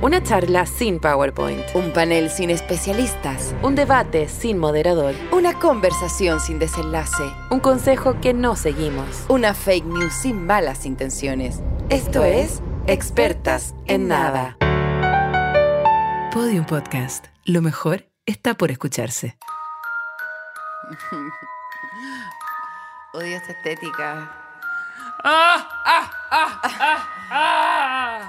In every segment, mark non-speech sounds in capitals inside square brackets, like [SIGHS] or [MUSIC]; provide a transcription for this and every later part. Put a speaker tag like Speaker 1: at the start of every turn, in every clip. Speaker 1: Una charla sin PowerPoint.
Speaker 2: Un panel sin especialistas.
Speaker 1: Un debate sin moderador.
Speaker 2: Una conversación sin desenlace.
Speaker 1: Un consejo que no seguimos.
Speaker 2: Una fake news sin malas intenciones.
Speaker 1: Esto es Expertas en Nada.
Speaker 3: Podium Podcast. Lo mejor está por escucharse.
Speaker 2: Odio esta estética.
Speaker 4: ¡Ah! ¡Ah! ¡Ah! ¡Ah! ¡Ah!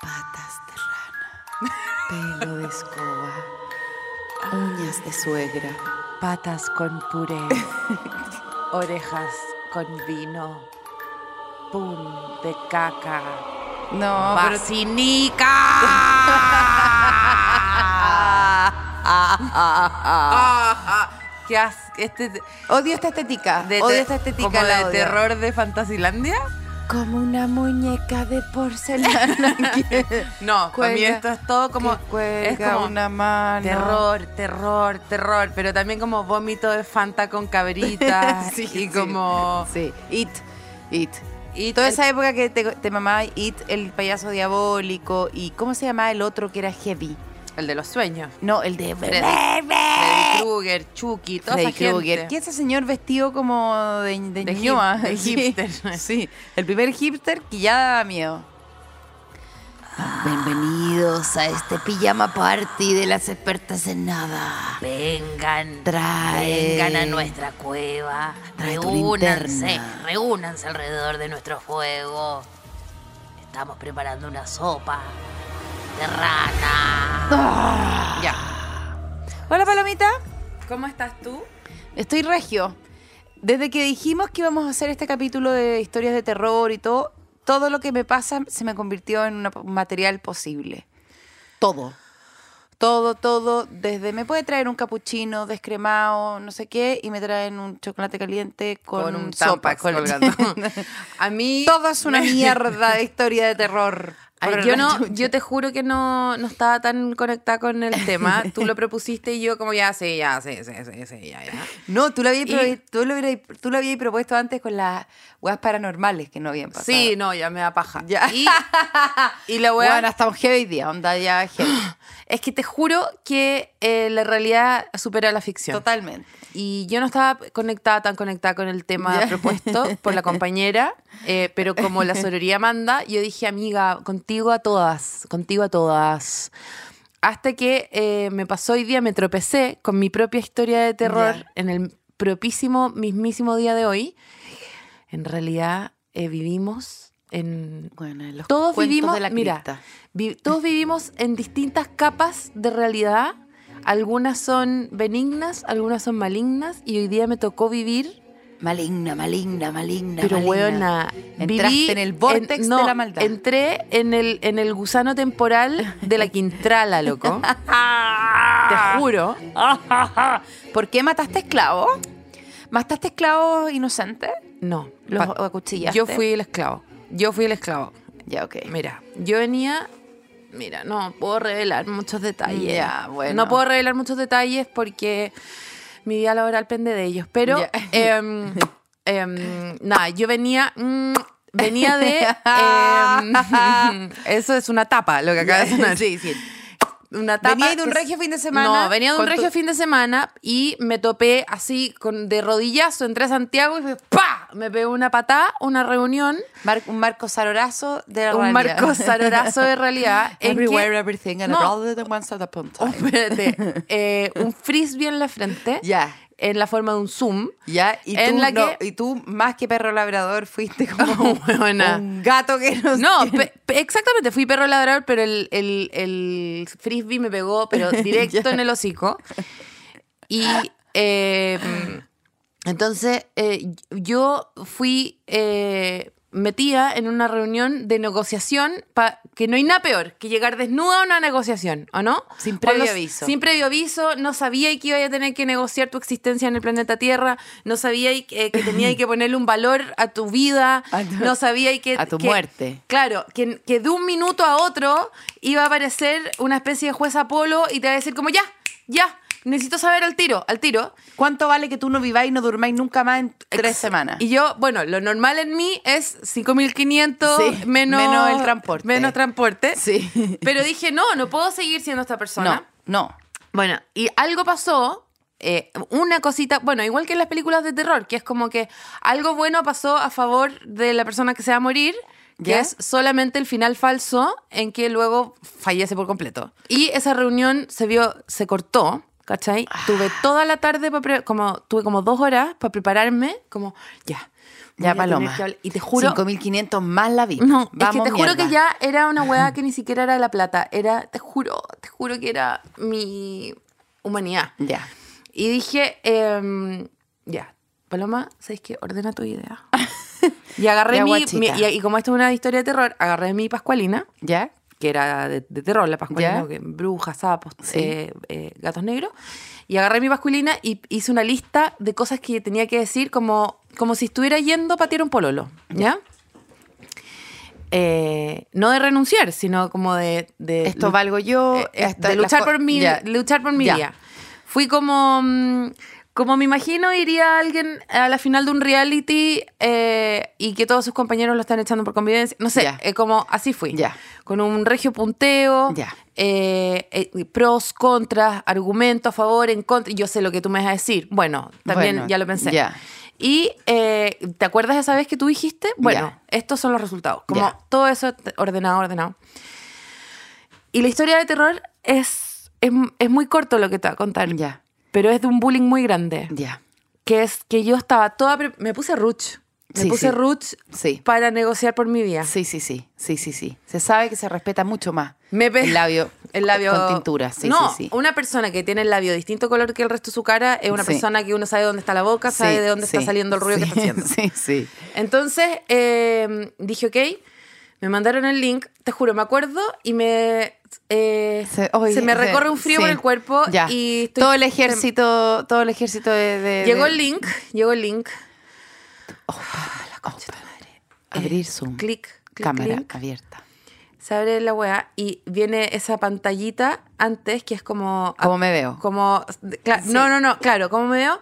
Speaker 2: Patas de rana. Pelo de escoba. Uñas de suegra.
Speaker 5: Patas con
Speaker 3: [LAUGHS]
Speaker 5: puré. Orejas con vino. Pum de caca.
Speaker 2: No, pero
Speaker 5: ¡Vacinica! [LAUGHS]
Speaker 3: [LAUGHS]
Speaker 5: Ah, ¿Qué has, este de,
Speaker 2: ah, Odio esta estética.
Speaker 5: de
Speaker 2: Odio
Speaker 5: te-
Speaker 2: esta estética.
Speaker 5: como
Speaker 2: la
Speaker 5: de
Speaker 2: odio.
Speaker 5: terror de Fantasilandia?
Speaker 2: Como una muñeca de porcelana. [LAUGHS] que
Speaker 5: No, para mí
Speaker 2: Cuelga,
Speaker 5: esto es todo como
Speaker 2: que cuelga
Speaker 5: es como
Speaker 2: una mano.
Speaker 5: terror, terror, terror, pero también como vómito de Fanta con cabritas
Speaker 2: [LAUGHS] Sí,
Speaker 5: y
Speaker 2: sí.
Speaker 5: como
Speaker 2: Sí, it. It.
Speaker 5: y
Speaker 2: Toda
Speaker 5: el-
Speaker 2: esa época que te, te mamaba It, el payaso diabólico, y ¿cómo se llamaba el otro que era heavy?
Speaker 5: el de los sueños.
Speaker 2: No, el de
Speaker 5: Freddy. Freddy Krueger, Chucky, toda
Speaker 2: Freddy
Speaker 5: esa gente.
Speaker 2: Krueger. Que ese señor vestido como de, de,
Speaker 5: De hip-
Speaker 2: ñoa.
Speaker 5: de
Speaker 2: [LAUGHS] Sí,
Speaker 5: hipster.
Speaker 2: Sí, el primer hipster que ya daba miedo. Bienvenidos a este pijama party de las expertas en nada.
Speaker 6: Vengan,
Speaker 2: Trae-
Speaker 6: vengan a nuestra cueva,
Speaker 2: Trae tu
Speaker 6: reúnanse,
Speaker 2: linterna.
Speaker 6: reúnanse alrededor de nuestro fuego. Estamos preparando una sopa de rana.
Speaker 2: Ah.
Speaker 5: Ya.
Speaker 2: Hola, Palomita.
Speaker 5: ¿Cómo estás tú?
Speaker 2: Estoy regio. Desde que dijimos que íbamos a hacer este capítulo de historias de terror y todo, todo lo que me pasa se me convirtió en una- un material posible. Todo. Todo, todo. Desde me puede traer un capuchino descremado, no sé qué, y me traen un chocolate caliente con,
Speaker 5: Con un
Speaker 2: sopa
Speaker 5: Tampax colgando.
Speaker 2: [LAUGHS]
Speaker 5: [LAUGHS] a mí
Speaker 2: todo es [LAUGHS] una mierda de historia de terror.
Speaker 5: Ay,
Speaker 2: Por
Speaker 5: yo
Speaker 2: la
Speaker 5: no,
Speaker 2: chucha.
Speaker 5: yo te juro que no, no estaba tan conectada con el
Speaker 2: [LAUGHS]
Speaker 5: tema. Tú lo propusiste y yo como ya sí, ya sí, sí, sí, sí, ya, ya.
Speaker 2: No, tú lo, habías,
Speaker 5: Y-
Speaker 2: provi- tú, lo hubieras- tú lo habías propuesto antes con las weas paranormales que no habían pasado.
Speaker 5: Sí, no, ya me da paja.
Speaker 2: Ya. [LAUGHS]
Speaker 5: Y, y la wea
Speaker 2: bueno, estamos heavy hoy día, onda ya heavy.
Speaker 5: es que te juro que eh, la realidad supera la ficción.
Speaker 2: [GASPS] Totalmente.
Speaker 5: Y yo no estaba conectada, tan conectada con el tema
Speaker 2: Ya.
Speaker 5: propuesto por la
Speaker 2: [LAUGHS]
Speaker 5: compañera, eh, pero como la sororía manda, yo dije, amiga, contigo a todas, contigo a todas. Hasta que eh, me pasó hoy día, me tropecé con mi propia historia de terror
Speaker 2: Ya.
Speaker 5: en el propísimo, mismísimo día de hoy. En realidad, eh, vivimos en...
Speaker 2: Bueno, los
Speaker 5: Todos
Speaker 2: cuentos
Speaker 5: vivimos,
Speaker 2: de la
Speaker 5: mira,
Speaker 2: cripta.
Speaker 5: vi- todos vivimos en distintas capas de realidad. Algunas son benignas, algunas son malignas. Y hoy día me tocó vivir,
Speaker 2: Maligna, maligna, maligna.
Speaker 5: pero
Speaker 2: maligna. [LAUGHS]
Speaker 5: hueona.
Speaker 2: Entraste
Speaker 5: viví
Speaker 2: en el vórtex de
Speaker 5: no,
Speaker 2: la maldad.
Speaker 5: Entré en el, en el gusano temporal de la Quintrala, loco. [LAUGHS] Te juro.
Speaker 2: [LAUGHS] ¿Por qué mataste esclavos? ¿Mataste esclavos inocentes?
Speaker 5: No.
Speaker 2: ¿Los
Speaker 5: pa-
Speaker 2: acuchillaste?
Speaker 5: yo fui el esclavo. Yo fui el esclavo.
Speaker 2: Ya, ok.
Speaker 5: Mira, yo venía. Mira, no puedo revelar muchos detalles.
Speaker 2: Ya, bueno.
Speaker 5: No puedo revelar muchos detalles porque mi vida laboral pende de ellos. Pero,
Speaker 2: Ya.
Speaker 5: [LAUGHS] em, em, nada, yo venía. mm, venía de. em, [LAUGHS] eso es una tapa, lo que [LAUGHS] acaba de sonar.
Speaker 2: sí, sí.
Speaker 5: Una tapa
Speaker 2: Venía de un
Speaker 5: que es-
Speaker 2: regio fin de semana.
Speaker 5: No, venía de un
Speaker 2: con tu-
Speaker 5: regio fin de semana y me topé así con, de rodillazo. Entré a Santiago y fue ¡pa! Me pegó una patada, una reunión
Speaker 2: Mar- un marco zarorazo de la
Speaker 5: un
Speaker 2: realidad. [LAUGHS]
Speaker 5: marco zarorazo de realidad. en que-
Speaker 2: Everywhere, everything, and
Speaker 5: No.
Speaker 2: rather than once at a point.
Speaker 5: Oh, [LAUGHS] espérate. Eh, un frisbee en la frente,
Speaker 2: [LAUGHS] Ya,
Speaker 5: en la forma de un zoom.
Speaker 2: ya. Y tú,
Speaker 5: En la
Speaker 2: no,
Speaker 5: que-
Speaker 2: y tú, más que perro labrador, fuiste [LAUGHS] como
Speaker 5: hueona.
Speaker 2: un gato que no
Speaker 5: No, pe- pe- exactamente, fui perro ladrador, pero el, el- el frisbee me pegó, pero
Speaker 2: [LAUGHS]
Speaker 5: directo en el hocico. Y eh, entonces eh, yo fui eh, metida en una reunión de negociación, pa- que no hay nada peor que llegar desnuda a una negociación, ¿o no?
Speaker 2: Sin previo
Speaker 5: Cuando-
Speaker 2: aviso.
Speaker 5: Sin previo aviso, no sabía que iba a tener que negociar tu existencia en el planeta Tierra, no sabía eh, que tenía que ponerle un valor a tu
Speaker 2: [LAUGHS]
Speaker 5: vida,
Speaker 2: A tu-
Speaker 5: no sabía que
Speaker 2: A tu
Speaker 5: que-
Speaker 2: muerte.
Speaker 5: Claro, que, que de un minuto a otro iba a aparecer una especie de juez Apolo y te va a decir como, ya, ya, necesito saber al tiro, al tiro.
Speaker 2: ¿Cuánto vale que tú no viváis y no durmáis nunca más en t- tres semanas?
Speaker 5: Y yo, bueno, lo normal en mí es 5.500
Speaker 2: Sí,
Speaker 5: menos,
Speaker 2: menos el transporte.
Speaker 5: Menos transporte.
Speaker 2: Sí.
Speaker 5: Pero dije, no, no puedo seguir siendo esta persona.
Speaker 2: no, no.
Speaker 5: Bueno, y algo pasó, eh, una cosita, bueno, igual que en las películas de terror, que es como que algo bueno pasó a favor de la persona que se va a morir, que
Speaker 2: ¿Ya?
Speaker 5: es solamente el final falso en que luego fallece por completo. Y esa reunión se vio, se cortó. ¿Cachai?
Speaker 2: Ah.
Speaker 5: Tuve toda la tarde, pa' pre- como, tuve como dos horas para prepararme, como ya. voy a
Speaker 2: Ya,
Speaker 5: tener
Speaker 2: Paloma.
Speaker 5: que hablar. Y te juro,
Speaker 2: 5.500 más la vi.
Speaker 5: no,
Speaker 2: Vamos,
Speaker 5: es que te juro
Speaker 2: mierda.
Speaker 5: que ya era
Speaker 2: [LAUGHS]
Speaker 5: una weá que ni siquiera era de la plata. Era, te juro, te juro que era mi humanidad.
Speaker 2: Ya.
Speaker 5: Y dije, em, ya, Paloma, ¿sabes qué? Ordena tu
Speaker 2: [LAUGHS]
Speaker 5: idea. Y agarré
Speaker 2: Ya,
Speaker 5: mi,
Speaker 2: guachita.
Speaker 5: mi- y, y como esto es una historia de terror, agarré mi Pascualina,
Speaker 2: ¿Ya?
Speaker 5: que era de, de terror la Pascualina,
Speaker 2: Ya.
Speaker 5: que brujas, sapos,
Speaker 2: Sí.
Speaker 5: eh, eh, gatos negros. Y agarré mi Pascualina y hice una lista de cosas que tenía que decir como, como si estuviera yendo a patear un pololo, ¿ya? Eh, no de renunciar, sino como de... de
Speaker 2: Esto
Speaker 5: lu-
Speaker 2: valgo yo.
Speaker 5: eh, eh,
Speaker 2: esta-
Speaker 5: de
Speaker 2: las
Speaker 5: luchar
Speaker 2: co-
Speaker 5: por mi
Speaker 2: Ya.
Speaker 5: luchar por mi
Speaker 2: Ya.
Speaker 5: día. Fui como mm, como me imagino iría alguien a la final de un reality eh, y que todos sus compañeros lo están echando por convivencia. No sé,
Speaker 2: Ya.
Speaker 5: eh, como así fui.
Speaker 2: Ya.
Speaker 5: Con un regio punteo,
Speaker 2: Ya.
Speaker 5: eh, eh, pros, contras, argumentos a favor, en contra. Yo sé lo que tú me vas a decir. Bueno, también
Speaker 2: Bueno,
Speaker 5: ya lo pensé.
Speaker 2: ya.
Speaker 5: Y eh, ¿te acuerdas esa vez que tú dijiste? Bueno,
Speaker 2: Ya.
Speaker 5: estos son los resultados. Como
Speaker 2: Ya.
Speaker 5: todo eso t- ordenado, ordenado. Y la historia de terror es, es, es muy corto lo que te voy a contar.
Speaker 2: Ya.
Speaker 5: Pero es de un bullying muy grande.
Speaker 2: Ya.
Speaker 5: Que es que yo estaba toda. pre- Me puse ruch. Me
Speaker 2: Sí,
Speaker 5: puse
Speaker 2: sí.
Speaker 5: ruch
Speaker 2: Sí.
Speaker 5: para negociar por mi vida.
Speaker 2: Sí, sí, sí. Sí, sí, sí. Se sabe que se respeta mucho más.
Speaker 5: Me pe-
Speaker 2: El labio.
Speaker 5: [LAUGHS] El labio.
Speaker 2: Con tintura. Sí,
Speaker 5: no,
Speaker 2: sí, sí.
Speaker 5: Una persona que tiene el labio distinto color que el resto de su cara es una
Speaker 2: Sí.
Speaker 5: persona que uno sabe dónde está la boca, sabe
Speaker 2: Sí,
Speaker 5: de dónde está
Speaker 2: sí,
Speaker 5: saliendo el ruido que
Speaker 2: [LAUGHS] sí,
Speaker 5: está haciendo.
Speaker 2: Sí, sí.
Speaker 5: Entonces eh, dije, ok, me mandaron el link, te juro, me acuerdo y me. eh, se,
Speaker 2: Se, oye,
Speaker 5: me
Speaker 2: se-
Speaker 5: recorre un frío
Speaker 2: sí.
Speaker 5: por el cuerpo
Speaker 2: Ya.
Speaker 5: y estoy-
Speaker 2: todo el ejército, todo el ejército de, de-
Speaker 5: Llegó
Speaker 2: de-
Speaker 5: el link, llegó el link,
Speaker 2: abrir Zoom,
Speaker 5: clic, clic,
Speaker 2: cámara
Speaker 5: clic,
Speaker 2: abierta.
Speaker 5: se abre la weá y viene esa pantallita antes que es como.
Speaker 2: ¿Cómo me veo?
Speaker 5: Como. cla- No, no, no, claro, ¿cómo me veo?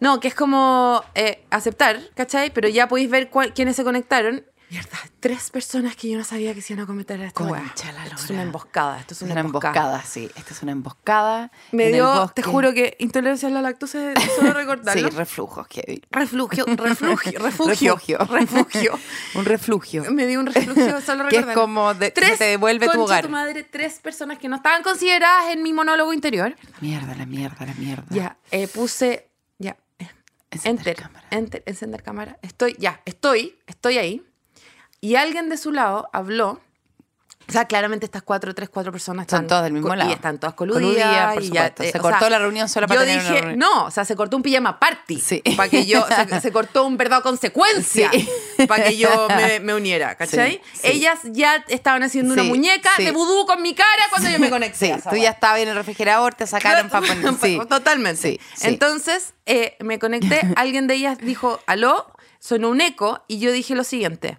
Speaker 5: No, que es como eh, aceptar, ¿cachai? Pero ya podéis ver cuál- quiénes se conectaron. Mierda, tres personas que yo no sabía que se iban a cometer esta weá.
Speaker 2: Concha la
Speaker 5: Esto es
Speaker 2: lora.
Speaker 5: una emboscada, esto es
Speaker 2: Es una emboscada, sí. Esta es una emboscada.
Speaker 5: Me
Speaker 2: en el
Speaker 5: dio,
Speaker 2: bosque.
Speaker 5: te juro que intolerancia a la lactosa de solo recordarlo.
Speaker 2: Sí, reflujos, Kevin.
Speaker 5: refugio, refugio,
Speaker 2: [LAUGHS]
Speaker 5: refugio, refugio.
Speaker 2: un refugio.
Speaker 5: Me dio un refugio solo
Speaker 2: [LAUGHS] Que es
Speaker 5: recordarlo.
Speaker 2: como de- se te devuelve tu
Speaker 5: concha
Speaker 2: hogar.
Speaker 5: tu madre, tres personas que no estaban consideradas en mi monólogo interior.
Speaker 2: Mierda, la mierda, la mierda.
Speaker 5: Ya, eh, puse, ya,
Speaker 2: Encender
Speaker 5: enter,
Speaker 2: cámara.
Speaker 5: enter, encender cámara. Estoy, ya, estoy, estoy ahí. Y alguien de su lado habló. O sea, claramente estas cuatro, tres, cuatro personas
Speaker 2: Son
Speaker 5: están
Speaker 2: todas del mismo
Speaker 5: co-
Speaker 2: lado.
Speaker 5: Y están todas coludidas.
Speaker 2: Coludidas, por
Speaker 5: y ya,
Speaker 2: supuesto. Se cortó la reunión solo para
Speaker 5: Yo
Speaker 2: tener una
Speaker 5: dije,
Speaker 2: reunión.
Speaker 5: no, o sea, se cortó un pijama party.
Speaker 2: Sí.
Speaker 5: Para que yo,
Speaker 2: [LAUGHS]
Speaker 5: se, se cortó un verdad consecuencia.
Speaker 2: Sí.
Speaker 5: Para que yo
Speaker 2: [LAUGHS]
Speaker 5: me, me uniera, ¿cachai?
Speaker 2: Sí, sí.
Speaker 5: Ellas ya estaban haciendo una
Speaker 2: Sí,
Speaker 5: muñeca
Speaker 2: sí.
Speaker 5: de vudú con mi cara cuando yo me conecté.
Speaker 2: Sí,
Speaker 5: a esa
Speaker 2: tú
Speaker 5: weá.
Speaker 2: ya estabas en el refrigerador, te
Speaker 5: [LAUGHS]
Speaker 2: sacaron para
Speaker 5: Claro,
Speaker 2: poner. Sí.
Speaker 5: Totalmente.
Speaker 2: Sí, sí.
Speaker 5: Entonces eh, me
Speaker 2: [LAUGHS]
Speaker 5: conecté, alguien de ellas dijo, aló, sonó un eco y yo dije lo siguiente,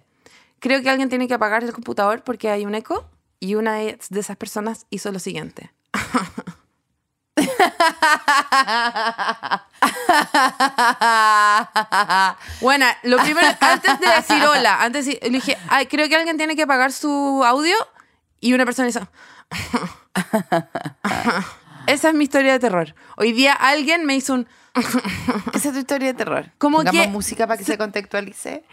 Speaker 5: creo que alguien tiene que apagar el computador porque hay un eco y una de de esas personas hizo lo siguiente. [LAUGHS] Bueno, lo primero, antes de decir hola, antes de- le dije, "Ay, creo que alguien tiene que apagar su audio y una persona hizo... Esa es mi historia de terror. Hoy día alguien me hizo un...
Speaker 2: Esa es tu historia de terror.
Speaker 5: Como
Speaker 2: Pongamos
Speaker 5: que-
Speaker 2: música para que se contextualice.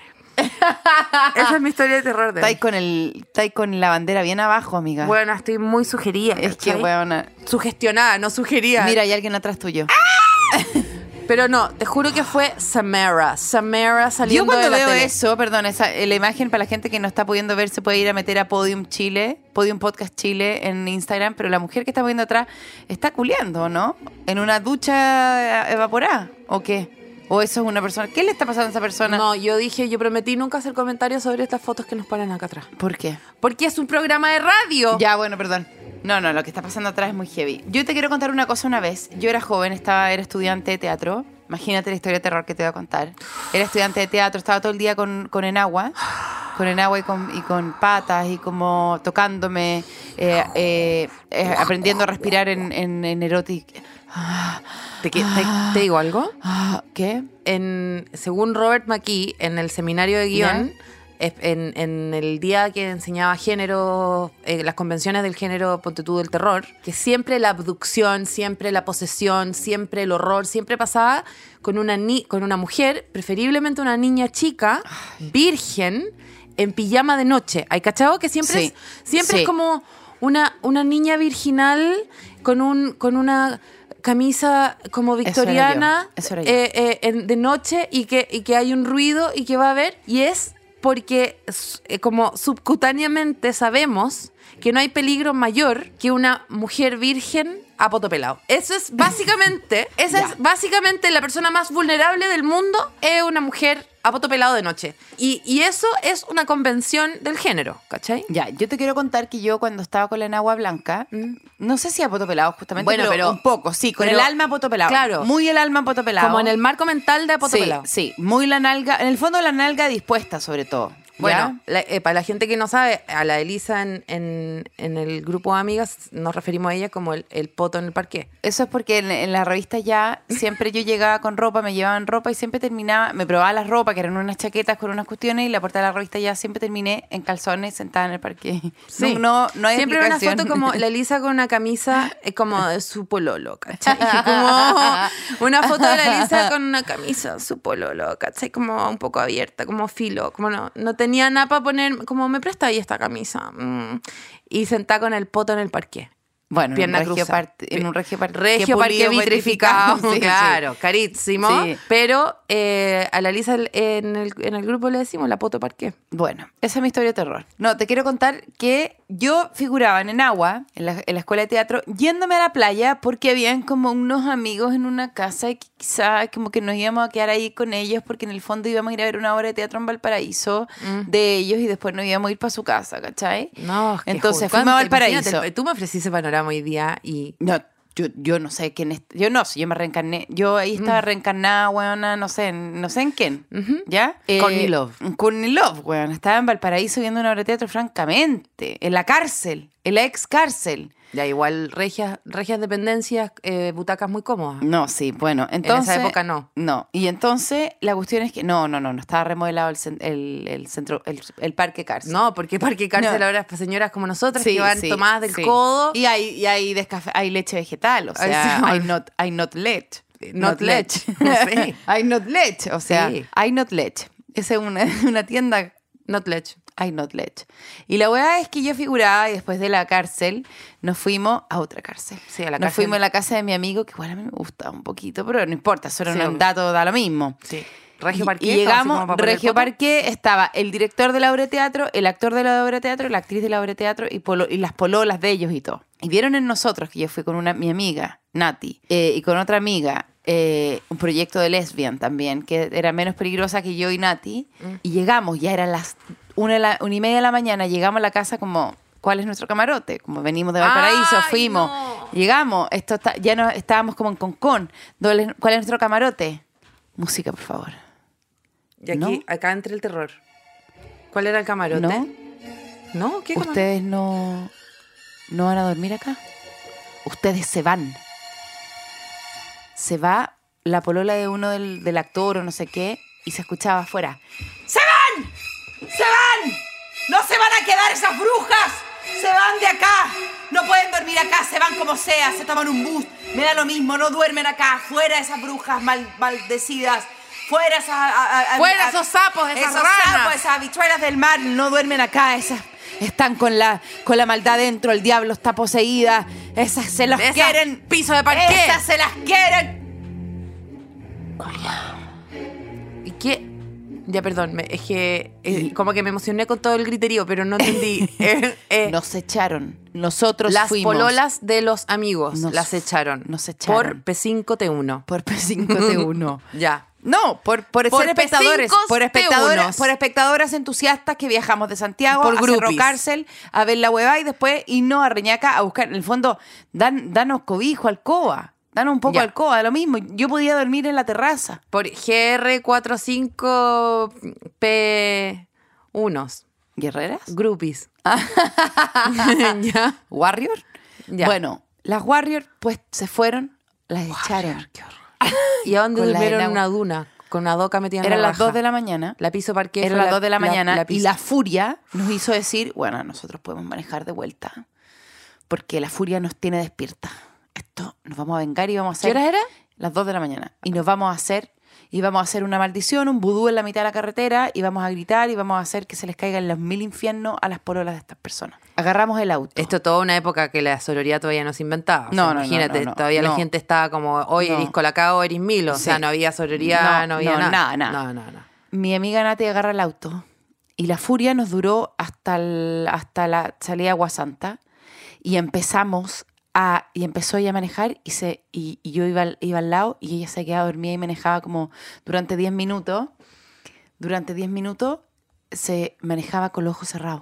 Speaker 5: Esa es mi historia de terror de
Speaker 2: Ah. Está ahí con el, está ahí con la bandera bien abajo, amiga.
Speaker 5: Bueno, estoy muy sugerida.
Speaker 2: es que,
Speaker 5: ¿cachai?
Speaker 2: weona.
Speaker 5: Sugestionada, no sugerida.
Speaker 2: Mira, hay alguien atrás tuyo.
Speaker 5: Pero no, te juro que fue Samara. Samara saliendo
Speaker 2: Yo cuando
Speaker 5: de la
Speaker 2: veo
Speaker 5: tele.
Speaker 2: eso, perdón, esa, eh, la imagen para la gente que no está pudiendo ver se puede ir a meter a Podium Chile, Podium Podcast Chile en Instagram, pero la mujer que está viendo atrás está culeando, ¿no? En una ducha eh, evaporada, ¿o qué? ¿O eso es una persona? ¿Qué le está pasando a esa persona?
Speaker 5: No, yo dije, yo prometí nunca hacer comentarios sobre estas fotos que nos ponen acá atrás.
Speaker 2: ¿Por qué?
Speaker 5: Porque es un programa de radio.
Speaker 2: Ya, bueno, perdón. No, no, lo que está pasando atrás es muy heavy. Yo te quiero contar una cosa una vez. Yo era joven, estaba, era estudiante de teatro. Imagínate la historia de terror que te voy a contar. Era estudiante de teatro, estaba todo el día con, con enagua. Con enagua y con, y con patas y como tocándome. eh, eh, eh, aprendiendo a respirar en, en, en erotic.
Speaker 5: ¿Te, qui- te- te digo algo?
Speaker 2: Ah, ¿Qué?
Speaker 5: En, según Robert McKee, en el seminario de guión, es- en, en el día que enseñaba género, eh, las convenciones del género Ponte tú del terror, que siempre la abducción, siempre la posesión, siempre el horror, siempre pasaba con una, ni- con una mujer, preferiblemente una niña chica, virgen, en pijama de noche. ¿Hay cachado? Que siempre,
Speaker 2: Sí.
Speaker 5: es, siempre
Speaker 2: Sí.
Speaker 5: es como una, una niña virginal con, un, con una camisa como
Speaker 2: era
Speaker 5: victoriana
Speaker 2: yo, eso era yo.
Speaker 5: eh, eh, en- de noche y que, y que hay un ruido y que va a haber. Y es porque s- eh, como subcutáneamente sabemos que no hay peligro mayor que una mujer virgen a poto pelado. Eso es [LAUGHS] básicamente, esa es básicamente la persona más vulnerable del mundo es una mujer a poto pelado de noche. Y, y eso es una convención del género, ¿cachai?
Speaker 2: Ya, yo te quiero contar que yo cuando estaba con la enagua blanca, no sé si a poto pelado justamente,
Speaker 5: Bueno,
Speaker 2: Mm. pero,
Speaker 5: pero-
Speaker 2: un poco, sí, con
Speaker 5: pero-
Speaker 2: el alma a poto pelado.
Speaker 5: claro.
Speaker 2: Muy el alma a poto pelado.
Speaker 5: Como en el marco mental de a poto
Speaker 2: sí,
Speaker 5: pelado.
Speaker 2: Sí, muy la nalga, en el fondo la nalga dispuesta sobre todo. ¿ya?
Speaker 5: Bueno, la- eh, para la gente que no sabe, a la Elisa en, en- en el grupo de amigas nos referimos a ella como el, el poto en el parque.
Speaker 2: Eso es porque en, en la
Speaker 5: [LAUGHS]
Speaker 2: revista ya siempre yo llegaba con ropa, me llevaban ropa y siempre terminaba, me probaba las ropas, que eran unas chaquetas con unas cuestiones, y la puerta de la revista ya siempre terminé en calzones sentada en el parque. [LAUGHS] No, no, no hay
Speaker 5: Siempre era una
Speaker 2: explicación.
Speaker 5: foto [LAUGHS]
Speaker 2: [LAUGHS]
Speaker 5: como la Elisa con una camisa eh, como de su pololo, [LAUGHS] ¿cachai? Como una foto de la Elisa con una camisa, su pololo, ¿cachai? Como un poco abierta, como filo, como no, no tenía nada para poner, como me presta ahí esta camisa. Mm. Y sentada con el poto en el parque.
Speaker 2: Bueno,
Speaker 5: pierna
Speaker 2: en un regio,
Speaker 5: cruzada.
Speaker 2: parque en un regio parque
Speaker 5: Regio Parque
Speaker 2: pulido,
Speaker 5: Vitrificado, [LAUGHS]
Speaker 2: petrificado. [LAUGHS] Sí,
Speaker 5: claro, carísimo.
Speaker 2: Sí.
Speaker 5: Pero eh, a la Lisa el- en el, en el grupo le decimos la poto parque.
Speaker 2: Bueno, esa es mi historia de terror. No, te quiero contar que yo figuraba en Enagua, en la, en la escuela de teatro, yéndome a la playa porque habían como unos amigos en una casa y que quizá como que nos íbamos a quedar ahí con ellos porque en el fondo íbamos a ir a ver una obra de teatro en Valparaíso de ellos y después nos íbamos a ir para su casa, ¿cachai?
Speaker 5: No,
Speaker 2: Entonces fuimos a Valparaíso.
Speaker 5: Tú me ofreciste panorama hoy día y
Speaker 2: No, yo, yo no sé quién es. Yo no, si yo me reencarné. Yo ahí
Speaker 5: Mm.
Speaker 2: estaba reencarnada, weona, no sé, en- no sé en quién. ¿Ya?
Speaker 5: Courtney Love.
Speaker 2: Courtney Love, weón. Estaba en Valparaíso viendo una obra de teatro, francamente. En la cárcel, en la ex cárcel.
Speaker 5: ya igual regias, regias dependencias, eh, butacas muy cómodas.
Speaker 2: No, sí, bueno, entonces.
Speaker 5: época no.
Speaker 2: No. Y entonces la cuestión es que. No, no, no, no. Estaba remodelado el, cen- el, el centro, el, el parque cárcel.
Speaker 5: No, porque parque y cárcel
Speaker 2: No.
Speaker 5: ahora es para señoras como nosotras
Speaker 2: Sí,
Speaker 5: que van
Speaker 2: sí,
Speaker 5: tomadas del
Speaker 2: sí.
Speaker 5: codo.
Speaker 2: Y hay, y hay, descafe- hay leche vegetal, o
Speaker 5: Ay,
Speaker 2: sea,
Speaker 5: sí.
Speaker 2: hay not, hay not leche.
Speaker 5: Not leche. Sí.
Speaker 2: [LAUGHS] Hay not leche, o sea,
Speaker 5: Sí.
Speaker 2: hay not leche. Esa es una, [LAUGHS] una tienda
Speaker 5: Not lech.
Speaker 2: hay not leche. Y la weá es que yo figuraba y después de la cárcel nos fuimos a otra cárcel.
Speaker 5: Sí, a la
Speaker 2: nos
Speaker 5: cárcel.
Speaker 2: fuimos a la casa de mi amigo, que igual a mí me gustaba un poquito, pero no importa, solo
Speaker 5: Sí,
Speaker 2: era un
Speaker 5: obvio.
Speaker 2: dato, da lo mismo.
Speaker 5: [LAUGHS] Sí. Regio
Speaker 2: Y-
Speaker 5: Parque,
Speaker 2: Y,
Speaker 5: estaba así como
Speaker 2: llegamos,
Speaker 5: para poner
Speaker 2: Regio
Speaker 5: foto.
Speaker 2: Parque estaba el director de la obra de teatro, el actor de la obra de teatro, la actriz de la obra de teatro y, polo- y las pololas de ellos y todo. Y vieron en nosotros, que yo fui con una, mi amiga, Nati, eh, y con otra amiga, eh, un proyecto de lesbian también, que era menos peligrosa que yo y Nati.
Speaker 5: Mm.
Speaker 2: Y llegamos, ya eran las una, de la- una y media de la mañana, llegamos a la casa como, ¿cuál es nuestro camarote? Como venimos de Valparaíso,
Speaker 5: ¡Ay,
Speaker 2: fuimos.
Speaker 5: no!
Speaker 2: Llegamos, esto está- ya no, estábamos como en Concón. ¿Cuál es cuál es nuestro camarote? Música, por favor.
Speaker 5: Y aquí,
Speaker 2: ¿No?
Speaker 5: acá entra el terror. ¿Cuál era el camarote?
Speaker 2: ¿No?
Speaker 5: ¿No? ¿Qué camarote?
Speaker 2: ¿Ustedes no, no van a dormir acá? Ustedes se van. Se va la polola de uno del, del actor o no sé qué y se escuchaba afuera. ¡Se van! ¡Se van! ¡No se van a quedar esas brujas! ¡Se van de acá! No pueden dormir acá, se van como sea, se toman un bus. Me da lo mismo, no duermen acá. Fuera esas brujas mal- maldecidas. Fuera esas... a- a- a-
Speaker 5: Fuera
Speaker 2: a-
Speaker 5: esos sapos, esas
Speaker 2: esos
Speaker 5: ranas.
Speaker 2: sapos, esas habichuelas del mar no duermen acá, esas están con la, con la maldad dentro, el diablo está poseída, esas se las
Speaker 5: Esas
Speaker 2: quieren.
Speaker 5: piso de parqué.
Speaker 2: Esas se las quieren.
Speaker 5: ¿Y qué? Ya, perdón, me- es que eh, como que me emocioné con todo el griterío, pero no entendí.
Speaker 2: [LAUGHS]
Speaker 5: Eh, eh,
Speaker 2: Nos echaron. Nosotros
Speaker 5: las
Speaker 2: fuimos.
Speaker 5: pololas de los amigos
Speaker 2: Nos-
Speaker 5: las echaron.
Speaker 2: nos
Speaker 5: Por
Speaker 2: echaron.
Speaker 5: P5T1.
Speaker 2: Por P5T1.
Speaker 5: [LAUGHS] Ya.
Speaker 2: [LAUGHS] No, por, por,
Speaker 5: Por
Speaker 2: ser espectadores,
Speaker 5: P5s
Speaker 2: por espectadoras,
Speaker 5: T1s.
Speaker 2: por espectadoras entusiastas que viajamos de Santiago
Speaker 5: Por
Speaker 2: a Cerro
Speaker 5: groupies.
Speaker 2: Cárcel, a ver la hueva y después irnos a Reñaca a buscar. En el fondo, dan, danos cobijo, alcoba. Danos un poco
Speaker 5: Ya.
Speaker 2: de alcoba, lo mismo. Yo podía dormir en la terraza.
Speaker 5: Por GR45P1.
Speaker 2: ¿Guerreras? [LAUGHS]
Speaker 5: Groupies. [LAUGHS] ya.
Speaker 2: ¿Warrior?
Speaker 5: Ya.
Speaker 2: Bueno, las Warrior pues se fueron, las echaron.
Speaker 5: [LAUGHS] ¿Y a dónde
Speaker 2: Con la
Speaker 5: durmieron
Speaker 2: del
Speaker 5: en una duna? Con una doca metida en
Speaker 2: Eran
Speaker 5: la
Speaker 2: las 2 de la mañana.
Speaker 5: La piso parqué.
Speaker 2: Eran
Speaker 5: fue
Speaker 2: las 2 de la mañana y
Speaker 5: piso.
Speaker 2: la furia nos hizo decir, bueno, nosotros podemos manejar de vuelta. Porque la furia nos tiene despierta. Esto nos vamos a vengar y vamos a hacer...
Speaker 5: ¿Qué horas era?
Speaker 2: Las 2 de la mañana. Y nos vamos a hacer... Y vamos a hacer una maldición, un vudú en la mitad de la carretera y vamos a gritar y vamos a hacer que se les caigan los mil infiernos a las porolas de estas personas. Agarramos el auto.
Speaker 5: Esto toda una época que la sororidad todavía no se inventaba. O sea,
Speaker 2: No, no, no,
Speaker 5: imagínate,
Speaker 2: no, no,
Speaker 5: todavía la
Speaker 2: no.
Speaker 5: gente estaba como, hoy
Speaker 2: No.
Speaker 5: eres colacao, eres mil. O
Speaker 2: Sí.
Speaker 5: sea, no había sororidad, no,
Speaker 2: No,
Speaker 5: había
Speaker 2: no,
Speaker 5: nada.
Speaker 2: nada, nada.
Speaker 5: No, no, no.
Speaker 2: mi amiga Nati agarra el auto y la furia nos duró hasta, el- hasta la salida de Aguasanta y empezamos a y empezó ella a manejar y se y, y yo iba al, iba al lado y ella se quedaba dormida y manejaba como durante 10 minutos durante 10 minutos se manejaba con los ojos cerrados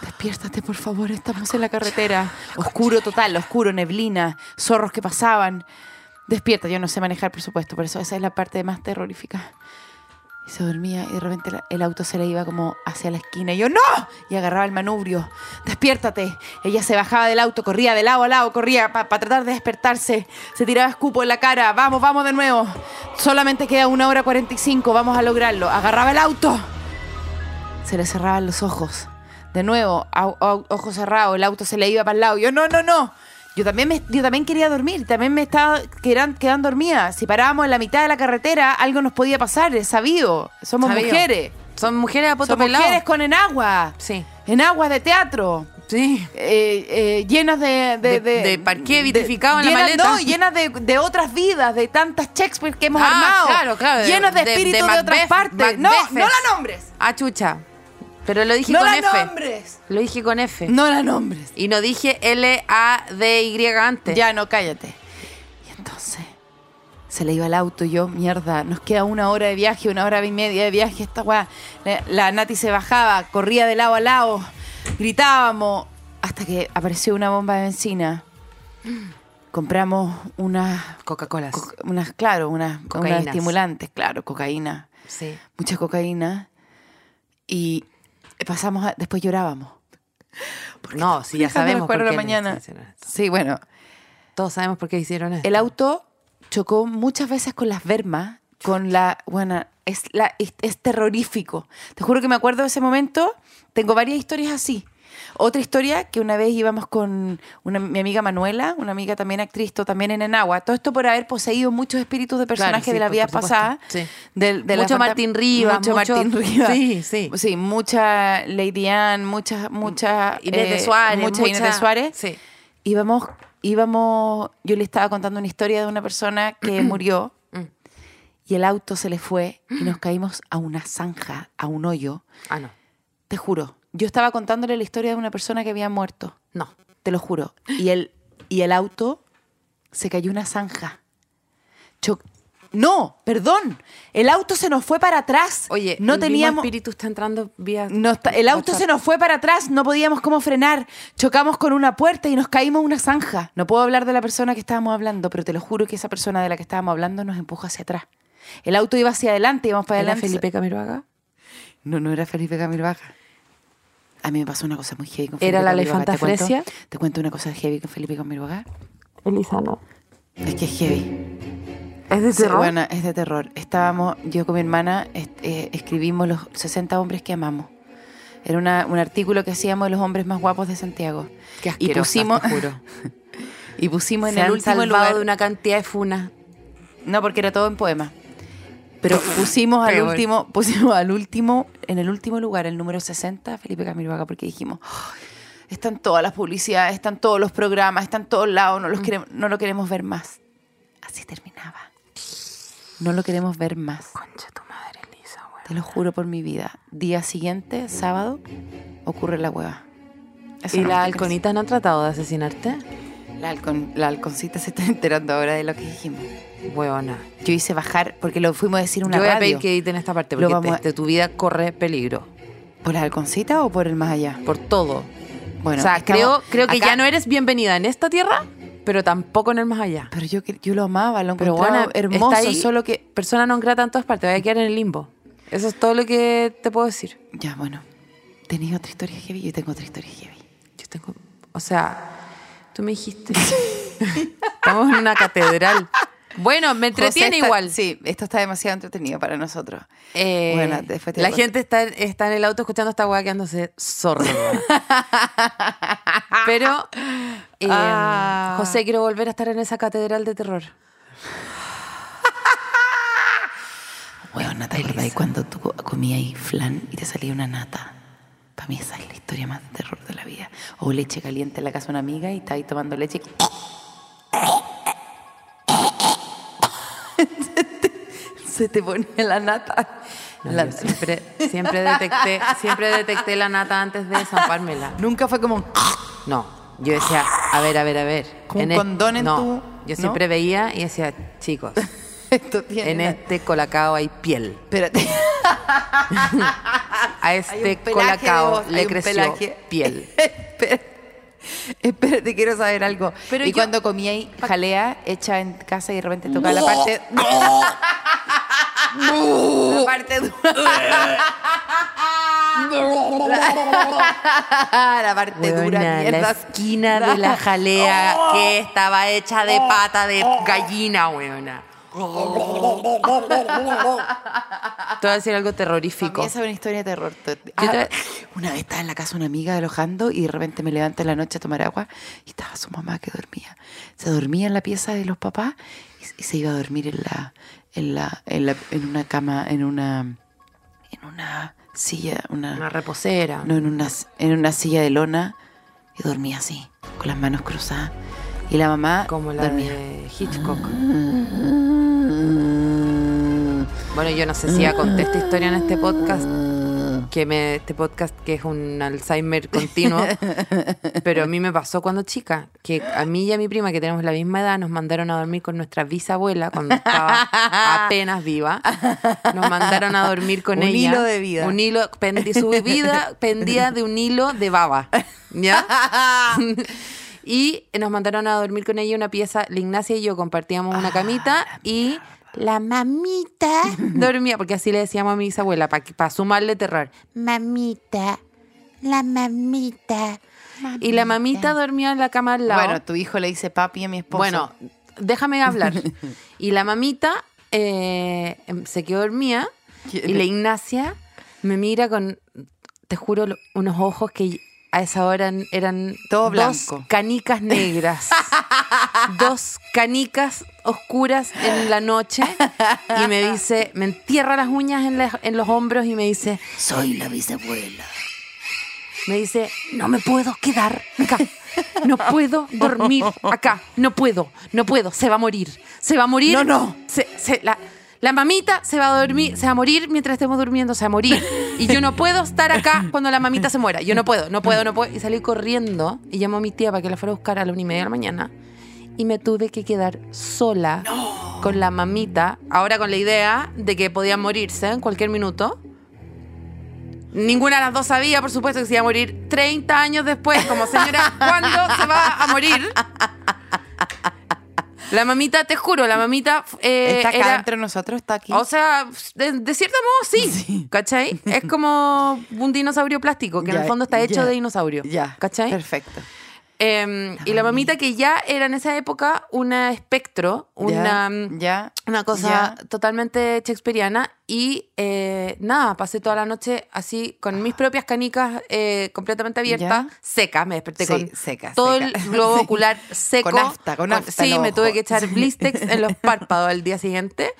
Speaker 2: Despiértate, por favor, estamos en la carretera. Oscuro total, oscuro, neblina, zorros que pasaban. Despierta, yo no sé manejar, por supuesto, por eso esa es la parte más terrorífica. Y se dormía y de repente la- el auto se le iba como hacia la esquina. Y yo, ¡no! Y agarraba el manubrio. ¡Despiértate! Ella se bajaba del auto, corría de lado a lado, corría para tratar de despertarse. Se tiraba escupo en la cara. ¡Vamos, vamos de nuevo! Solamente queda una hora 45, vamos a lograrlo. Agarraba el auto. Se le cerraban los ojos. De nuevo, au- au- ojo cerrado, el auto se le iba para el lado. Yo, no, no, no. Yo también, me- yo también quería dormir, también me estaba quedan, quedando dormida. Si parábamos en la mitad de la carretera, algo nos podía pasar, es sabido. Somos
Speaker 5: Sabido.
Speaker 2: mujeres.
Speaker 5: Son mujeres a poto
Speaker 2: Somos
Speaker 5: pelado.
Speaker 2: mujeres con enagua.
Speaker 5: Sí.
Speaker 2: Enaguas de teatro.
Speaker 5: Sí.
Speaker 2: eh, eh, llenas de...
Speaker 5: De-
Speaker 2: De,
Speaker 5: de parqué vitrificado en la
Speaker 2: llenas-
Speaker 5: maleta.
Speaker 2: No, llenas de, de otras vidas, de tantas Shakespeare que hemos
Speaker 5: Ah,
Speaker 2: armado.
Speaker 5: claro, claro, de-
Speaker 2: Llenos de
Speaker 5: de- de
Speaker 2: espíritus de, otras
Speaker 5: Macbeth-
Speaker 2: partes. No,
Speaker 5: Macbeths.
Speaker 2: no la nombres.
Speaker 5: Ah, chucha. Pero lo dije
Speaker 2: No
Speaker 5: con
Speaker 2: la
Speaker 5: F.
Speaker 2: nombres.
Speaker 5: Lo dije con F.
Speaker 2: No la nombres.
Speaker 5: Y no dije L-A-D-Y antes.
Speaker 2: Ya, no, cállate. Y entonces se le iba el auto y yo, mierda, nos queda una hora de viaje, una hora y media de viaje, esta weá. La, la Nati se bajaba, corría de lado a lado, gritábamos, hasta que apareció una bomba de benzina. Compramos unas,
Speaker 5: Coca-Cola.
Speaker 2: co- unas claro, unas, unas
Speaker 5: Cocaínas.
Speaker 2: estimulantes, claro, cocaína,
Speaker 5: sí.
Speaker 2: mucha cocaína. Y pasamos, a- después llorábamos.
Speaker 5: No, sí, ya
Speaker 2: Dejando las
Speaker 5: sabemos. por
Speaker 2: cuatro de
Speaker 5: qué
Speaker 2: la mañana.
Speaker 5: hicieron esto.
Speaker 2: Sí, bueno,
Speaker 5: Todos sabemos por qué hicieron esto.
Speaker 2: El auto chocó muchas veces con las vermas, con la. Bueno, es, la, es, es terrorífico. Te juro que me acuerdo de ese momento. Tengo varias historias así. Otra historia que una vez íbamos con una- mi amiga Manuela, una amiga también actriz, to- también en Enagua. Todo esto por haber poseído muchos espíritus de personajes
Speaker 5: sí,
Speaker 2: de la
Speaker 5: por-
Speaker 2: vida
Speaker 5: por supuesto.
Speaker 2: pasada.
Speaker 5: Sí.
Speaker 2: del- de la
Speaker 5: Mucho
Speaker 2: fanta-
Speaker 5: Martín Rivas,
Speaker 2: Mucho,
Speaker 5: mucho-
Speaker 2: Martín Rivas.
Speaker 5: Sí, sí.
Speaker 2: Sí, mucha Lady Anne, muchas, muchas.
Speaker 5: Eh, Inés de Suárez.
Speaker 2: Mucha Inés de Suárez
Speaker 5: Sí.
Speaker 2: íbamos, íbamos, yo le estaba contando una historia de una persona
Speaker 5: [CLEARS THROAT]
Speaker 2: que murió
Speaker 5: Mm.
Speaker 2: y el auto se le fue y nos caímos a una zanja, a un hoyo.
Speaker 5: Ah, no.
Speaker 2: Te juro, yo estaba contándole la historia de una persona que había muerto,
Speaker 5: No.
Speaker 2: te lo juro. Y el, y el auto se cayó a una zanja. Cho- no, perdón, el auto se nos fue para atrás.
Speaker 5: Oye,
Speaker 2: no
Speaker 5: el mismo
Speaker 2: teníamos...
Speaker 5: espíritu está entrando vía.
Speaker 2: No está- el auto se nos fue para atrás, no podíamos cómo frenar. Chocamos con una puerta y nos caímos a una zanja. No puedo hablar de la persona que estábamos hablando, pero te lo juro que esa persona de la que estábamos hablando nos empujó hacia atrás. El auto iba hacia adelante, íbamos para
Speaker 5: ¿Era
Speaker 2: adelante.
Speaker 5: Felipe Camiroaga?
Speaker 2: No, no era Felipe Camil Baja. A mí me pasó una cosa muy heavy con Felipe
Speaker 5: ¿Era la
Speaker 2: Camil Baja.
Speaker 5: elefanta
Speaker 2: ¿Te cuento-
Speaker 5: fresia?
Speaker 2: Te cuento una cosa heavy con Felipe Camil Baja.
Speaker 5: Elisa, no.
Speaker 2: Es que es heavy.
Speaker 5: ¿Es de
Speaker 2: Sí,
Speaker 5: terror?
Speaker 2: bueno, es de terror. Estábamos, yo con mi hermana est- eh, escribimos los 60 hombres que amamos. Era una- un artículo que hacíamos de los hombres más guapos de Santiago.
Speaker 5: Qué
Speaker 2: y
Speaker 5: asquerosa,
Speaker 2: pusimos,
Speaker 5: te [LAUGHS] juro.
Speaker 2: y pusimos en
Speaker 5: Se
Speaker 2: el
Speaker 5: han
Speaker 2: último
Speaker 5: salvado
Speaker 2: lugar.
Speaker 5: de una cantidad de funas.
Speaker 2: No, porque era todo en poema.
Speaker 5: [LAUGHS]
Speaker 2: Pero pusimos al
Speaker 5: Peor.
Speaker 2: último, pusimos al último, en el último lugar, el número 60, Felipe Camilo Vaca, porque dijimos, "Oh, están todas las publicidades, están todos los programas, están todos lados,
Speaker 5: Mm.
Speaker 2: no los queremos, no lo queremos ver más. Así terminaba. No lo queremos ver más.
Speaker 5: Concha tu madre, Elisa, güey.
Speaker 2: Te lo juro por mi vida. Día siguiente, sábado, ocurre la hueva. Eso
Speaker 5: ¿Y las
Speaker 2: no me toca
Speaker 5: halconitas no han tratado de asesinarte?
Speaker 2: decir. La, halcon-
Speaker 5: [LAUGHS]
Speaker 2: la halconcita se está enterando ahora de lo que dijimos.
Speaker 5: Huevona.
Speaker 2: Yo hice bajar, porque lo fuimos a decir en una
Speaker 5: Yo voy a
Speaker 2: radio.
Speaker 5: pedir que editen esta parte
Speaker 2: Lo
Speaker 5: porque
Speaker 2: vamos a-
Speaker 5: este, tu vida corre peligro.
Speaker 2: ¿Por la halconcita o por el más allá?
Speaker 5: Por todo.
Speaker 2: Bueno,
Speaker 5: o sea, creo,
Speaker 2: estamos
Speaker 5: creo que
Speaker 2: acá.
Speaker 5: ya no eres bienvenida en esta tierra, pero tampoco en el más allá.
Speaker 2: Pero yo, que- yo lo amaba, lo
Speaker 5: Pero
Speaker 2: encontraba
Speaker 5: bueno,
Speaker 2: hermoso,
Speaker 5: está ahí-
Speaker 2: solo que...
Speaker 5: Persona no grata en todas partes, voy a quedar en el limbo. Eso es todo lo que te puedo decir.
Speaker 2: Ya, bueno. ¿Tenéis otra historia heavy? Yo tengo otra historia heavy.
Speaker 5: Yo tengo. O sea, tú me dijiste. [LAUGHS] Estamos en una catedral. Bueno, me entretiene
Speaker 2: José está-
Speaker 5: igual.
Speaker 2: Sí, esto está demasiado entretenido para nosotros.
Speaker 5: Eh,
Speaker 2: Bueno, después te
Speaker 5: la
Speaker 2: cuento.
Speaker 5: gente está, está en el auto escuchando esta weá quedándose sorda. [LAUGHS] Pero, eh,
Speaker 2: Ah.
Speaker 5: José, quiero volver a estar en esa catedral de terror.
Speaker 2: Weón, ¿te acordáis cuando tú co- comías ahí flan y te salía una nata? Para mí esa es la historia más de terror de la vida. O leche caliente en la casa de una amiga y está ahí tomando leche y... [LAUGHS] Se te pone la nata. La-
Speaker 5: Yo siempre, siempre, detecté, siempre detecté la nata antes de zampármela.
Speaker 2: Nunca fue como... [LAUGHS]
Speaker 5: No, yo decía, a ver, a ver, a ver.
Speaker 2: Como un
Speaker 5: es-
Speaker 2: condón en
Speaker 5: no,
Speaker 2: tu-
Speaker 5: Yo
Speaker 2: ¿no?
Speaker 5: siempre veía y decía,
Speaker 2: [LAUGHS]
Speaker 5: chicos,
Speaker 2: Esto tiene...
Speaker 5: en
Speaker 2: la-
Speaker 5: este colacao hay piel.
Speaker 2: Espérate.
Speaker 5: A
Speaker 2: Hay
Speaker 5: este
Speaker 2: un pelaje de
Speaker 5: colacao
Speaker 2: voz, hay
Speaker 5: le
Speaker 2: un
Speaker 5: creció
Speaker 2: pelaje. [LAUGHS]
Speaker 5: piel.
Speaker 2: Espérate, Espérate, quiero saber algo.
Speaker 5: Pero
Speaker 2: y
Speaker 5: yo-
Speaker 2: cuando comí ahí jalea hecha en casa y de repente toca la
Speaker 5: [LAUGHS]
Speaker 2: parte. la parte dura. la parte dura,
Speaker 5: Weona,
Speaker 2: mierda. Oh.
Speaker 5: la
Speaker 2: [LAUGHS]
Speaker 5: esquina de la jalea que estaba hecha de pata de gallina, weona. Te voy a decir algo
Speaker 2: Para mí
Speaker 5: terrorífico.
Speaker 2: Esa es una historia de terror.
Speaker 5: Yo
Speaker 2: Ah,
Speaker 5: te-
Speaker 2: una vez estaba en la casa una amiga alojando y de repente me levanto en la noche a tomar agua y estaba su mamá que dormía. Se dormía en la pieza de los papás y, se- y se iba a dormir en la, en la, en la- en una cama, en una, en una silla,
Speaker 5: Una
Speaker 2: una,
Speaker 5: reposera.
Speaker 2: no, en una, en una silla de lona y dormía así, con las manos cruzadas. Y la mamá
Speaker 5: Como la
Speaker 2: dormía.
Speaker 5: de Hitchcock.
Speaker 2: Mm.
Speaker 5: Bueno, yo no sé si ya conté esta historia en este podcast, que me, este podcast que es un Alzheimer
Speaker 2: [LAUGHS]
Speaker 5: continuo, pero a mí me pasó cuando chica, que a mí y a mi prima, que tenemos la misma edad, nos mandaron a dormir con nuestra bisabuela cuando estaba apenas viva. Nos mandaron a dormir con
Speaker 2: Un
Speaker 5: ella.
Speaker 2: hilo de vida.
Speaker 5: Un hilo, pendi- su vida pendía de un hilo de baba,
Speaker 2: [LAUGHS]
Speaker 5: ¿ya? Y nos mandaron a dormir con ella en una pieza. La Ignacia y yo compartíamos una camita y Ah, la mamita [LAUGHS] dormía, porque así le decíamos a mi bisabuela, para sumarle terror. Mamita, la mamita. Y la mamita dormía en la cama al lado.
Speaker 2: Bueno, tu hijo le dice papi a mi esposo.
Speaker 5: Bueno, déjame
Speaker 2: [LAUGHS]
Speaker 5: hablar. Y la mamita eh, em, se quedó dormida y la Ignacia me mira con, te juro, lo- unos ojos que a esa hora eran- eran
Speaker 2: Todo
Speaker 5: dos
Speaker 2: blanco.
Speaker 5: canicas
Speaker 2: [LAUGHS]
Speaker 5: negras. dos canicas oscuras en la noche y me dice, me entierra las uñas en, la- en los hombros y me dice,
Speaker 1: Soy la bisabuela.
Speaker 5: me dice, no me puedo quedar acá. No
Speaker 2: [LAUGHS]
Speaker 5: puedo dormir acá. No puedo, no puedo. Se va a morir. Se va a morir.
Speaker 2: No, no.
Speaker 5: Se- se- la, la mamita se va a dormir, se va a morir mientras estemos durmiendo, se va a morir. Y yo no puedo estar acá cuando la mamita se muera. Yo no puedo, no puedo, no puedo. Y salí corriendo y llamó a mi tía para que la fuera a buscar a la una y media de la mañana. Y me tuve que quedar sola con la mamita. Ahora con la idea de que podía morirse en cualquier minuto. Ninguna de las dos sabía, por supuesto, que se iba a morir 30 años después. Como señora, ¿cuándo se va a morir? La mamita, te juro, la mamita eh,
Speaker 2: está acá
Speaker 5: era-
Speaker 2: entre nosotros, está aquí.
Speaker 5: o sea, de, de cierto modo sí, ¿cachai? Es como un dinosaurio plástico, que en
Speaker 2: Ya,
Speaker 5: el fondo está hecho
Speaker 2: ya,
Speaker 5: de dinosaurio,
Speaker 2: ya,
Speaker 5: ¿cachai?
Speaker 2: Perfecto.
Speaker 5: Em, y la mamita que ya era en esa época una espectro, una, mm,
Speaker 2: ya, ya,
Speaker 5: una cosa
Speaker 2: ya.
Speaker 5: totalmente shakespeariana y eh, nada, pasé toda la noche así con mis propias canicas eh, completamente abiertas,
Speaker 2: Ah. Ya.
Speaker 5: secas, me desperté
Speaker 2: Sí,
Speaker 5: con
Speaker 2: seca,
Speaker 5: todo
Speaker 2: seca. [LAUGHS]
Speaker 5: el globo
Speaker 2: Sí.
Speaker 5: ocular seco.
Speaker 2: Con afta, con afta
Speaker 5: Sí,
Speaker 2: los
Speaker 5: me tuve que
Speaker 2: ojos.
Speaker 5: echar blistex en
Speaker 2: [LAUGHS]
Speaker 5: los párpados al día siguiente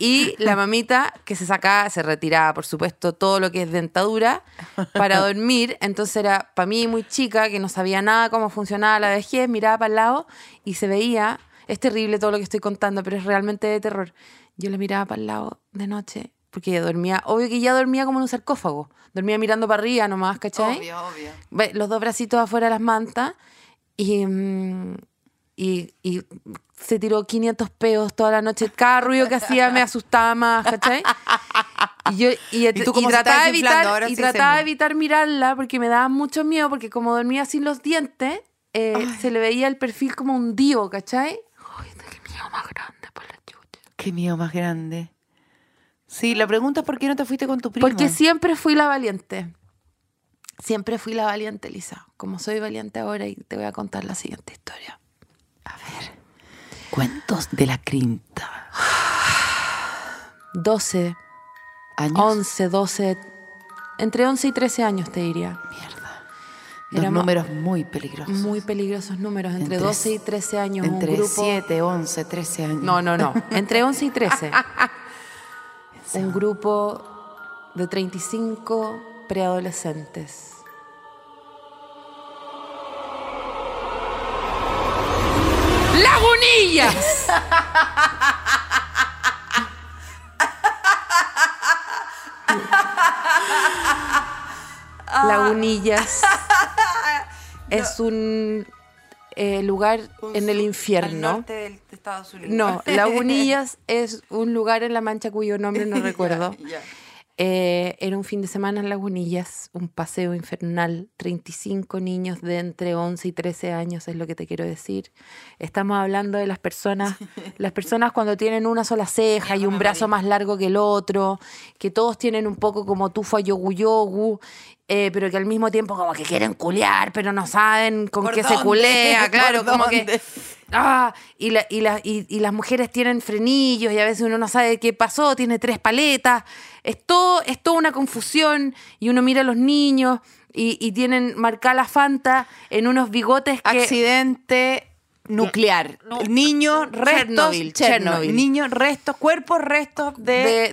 Speaker 5: y la mamita que se sacaba, se retiraba, por supuesto, todo lo que es dentadura
Speaker 2: [LAUGHS]
Speaker 5: para dormir. Entonces era para mí muy chica, que no sabía nada cómo funcionaba la vejez, miraba para el lado y se veía, es terrible todo lo que estoy contando, pero es realmente de terror. Yo la miraba para el lado de noche. Porque ella dormía, obvio que ya dormía como en un sarcófago. Dormía mirando para arriba nomás, ¿cachai?
Speaker 2: Obvio, obvio.
Speaker 5: ve- los dos bracitos afuera de las mantas y, mm, y, y se tiró 500 peos toda la noche. Cada ruido que hacía me asustaba más, ¿cachai? Y, yo, y,
Speaker 2: [LAUGHS] ¿Y tú cómo se
Speaker 5: trataba,
Speaker 2: estaba
Speaker 5: de
Speaker 2: desinflando?
Speaker 5: evitar,
Speaker 2: Ahora
Speaker 5: y
Speaker 2: sí se
Speaker 5: trataba de
Speaker 2: me-
Speaker 5: evitar mirarla porque me daba mucho miedo porque como dormía sin los dientes, eh, se le veía el perfil como hundido, ¿cachai? Ay, qué miedo más grande por la chucha.
Speaker 2: Qué miedo más grande. Sí, la pregunta es por qué no te fuiste con tu prima.
Speaker 5: Porque siempre fui la valiente. Siempre fui la valiente, Lisa. Como soy valiente ahora y te voy a contar la siguiente historia. A ver.
Speaker 2: Cuentos de la Crinta.
Speaker 5: 12,
Speaker 2: Años.
Speaker 5: 11, 12, entre 11 y 13 años te diría.
Speaker 2: Mierda. Dos
Speaker 5: Éramos
Speaker 2: números muy peligrosos.
Speaker 5: Muy peligrosos números, entre,
Speaker 2: Entre
Speaker 5: 12 y 13 años. un
Speaker 2: Entre
Speaker 5: grupo-
Speaker 2: 7, 11, 13 años.
Speaker 5: No, no, no. Entre 11 y 13. un grupo de 35 preadolescentes. ¡Lagunillas! [LAUGHS] Lagunillas es un eh, lugar en el infierno.
Speaker 2: del Estados
Speaker 5: No, Lagunillas es un lugar en La Mancha cuyo nombre no recuerdo. Eh, era un fin de semana en Lagunillas, un paseo infernal, 35 niños de entre 11 y 13 años es lo que te quiero decir. Estamos hablando de las personas, las personas cuando tienen una sola ceja y un brazo más largo que el otro, que todos tienen un poco como tufa yogu yogu, eh, pero que al mismo tiempo como que quieren culear, pero no saben con qué se
Speaker 2: [LAUGHS]
Speaker 5: culea, claro, como que... Ah, y, la- y la- y- y las mujeres tienen frenillos y a veces uno no sabe qué pasó, tiene tres paletas. Es, todo, es toda una confusión y uno mira a los niños y, y tienen marcada la Fanta en unos bigotes que...
Speaker 2: Accidente nuclear. Niños, restos.
Speaker 5: Chernobyl, Chernobyl.
Speaker 2: Niños, restos, cuerpos, restos de.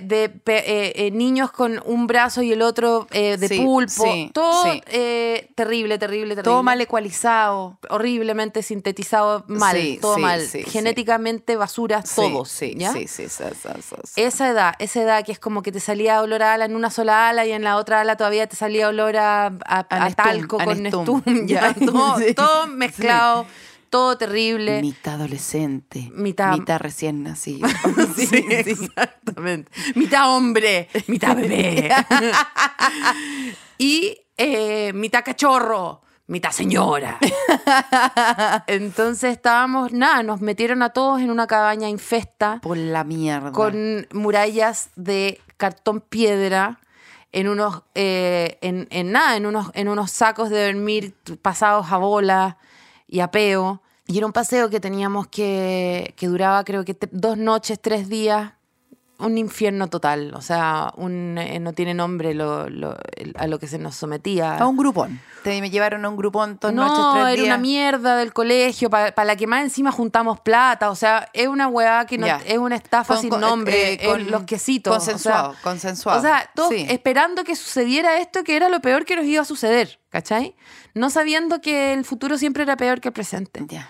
Speaker 5: de, de pe- eh, eh, niños con un brazo y el otro eh, de
Speaker 2: Sí,
Speaker 5: pulpo.
Speaker 2: sí,
Speaker 5: todo
Speaker 2: sí.
Speaker 5: eh, terrible, terrible, terrible.
Speaker 2: todo mal ecualizado.
Speaker 5: Horriblemente sintetizado, mal,
Speaker 2: Sí,
Speaker 5: todo
Speaker 2: sí,
Speaker 5: mal.
Speaker 2: sí, sí.
Speaker 5: Genéticamente basura, todos.
Speaker 2: Sí,
Speaker 5: ¿ya?
Speaker 2: sí, sí. sí, sí, sí, sí.
Speaker 5: Esa edad, esa edad que es como que te salía olor a ala en una sola ala y en la otra ala todavía te salía olor a, a- a
Speaker 2: Anestum,
Speaker 5: talco con
Speaker 2: anestum,
Speaker 5: Nestum. [LAUGHS] ya,
Speaker 2: ya.
Speaker 5: todo,
Speaker 2: Sí.
Speaker 5: todo mezclado, todo terrible.
Speaker 2: Mitad adolescente.
Speaker 5: Este Mitad-
Speaker 2: recién
Speaker 5: [LAUGHS]
Speaker 2: nacido. [LAUGHS]
Speaker 5: Sí, [LAUGHS] exactamente. Mitad hombre, [LAUGHS] mitad bebé. y eh, mitad cachorro, mitad [LAUGHS] señora. Entonces estábamos, nada, nos metieron a todos en una cabaña infesta.
Speaker 2: Por la mierda.
Speaker 5: con murallas de cartón piedra en unos eh, en, en nada en unos en unos sacos de dormir t- pasados a bola y a peo y era un paseo que teníamos que que duraba creo que tre- dos noches tres días un infierno total o sea un, eh, no tiene nombre lo- lo- el- a lo que se nos sometía
Speaker 2: A un grupón. Te me llevaron a un grupón todas
Speaker 5: no,
Speaker 2: noches, tres
Speaker 5: era una
Speaker 2: días.
Speaker 5: mierda del colegio, para la que más encima juntamos plata. O sea, es una weá que no,
Speaker 2: Ya.
Speaker 5: es una estafa
Speaker 2: Con-
Speaker 5: sin
Speaker 2: con-
Speaker 5: nombre,
Speaker 2: eh, con-
Speaker 5: es los quesitos.
Speaker 2: consensuado,
Speaker 5: o sea,
Speaker 2: consensuado,
Speaker 5: O sea, todos
Speaker 2: sí.
Speaker 5: esperando que sucediera esto, que era lo peor que nos iba a suceder, ¿cachai? No sabiendo que el futuro siempre era peor que el presente.
Speaker 2: Ya.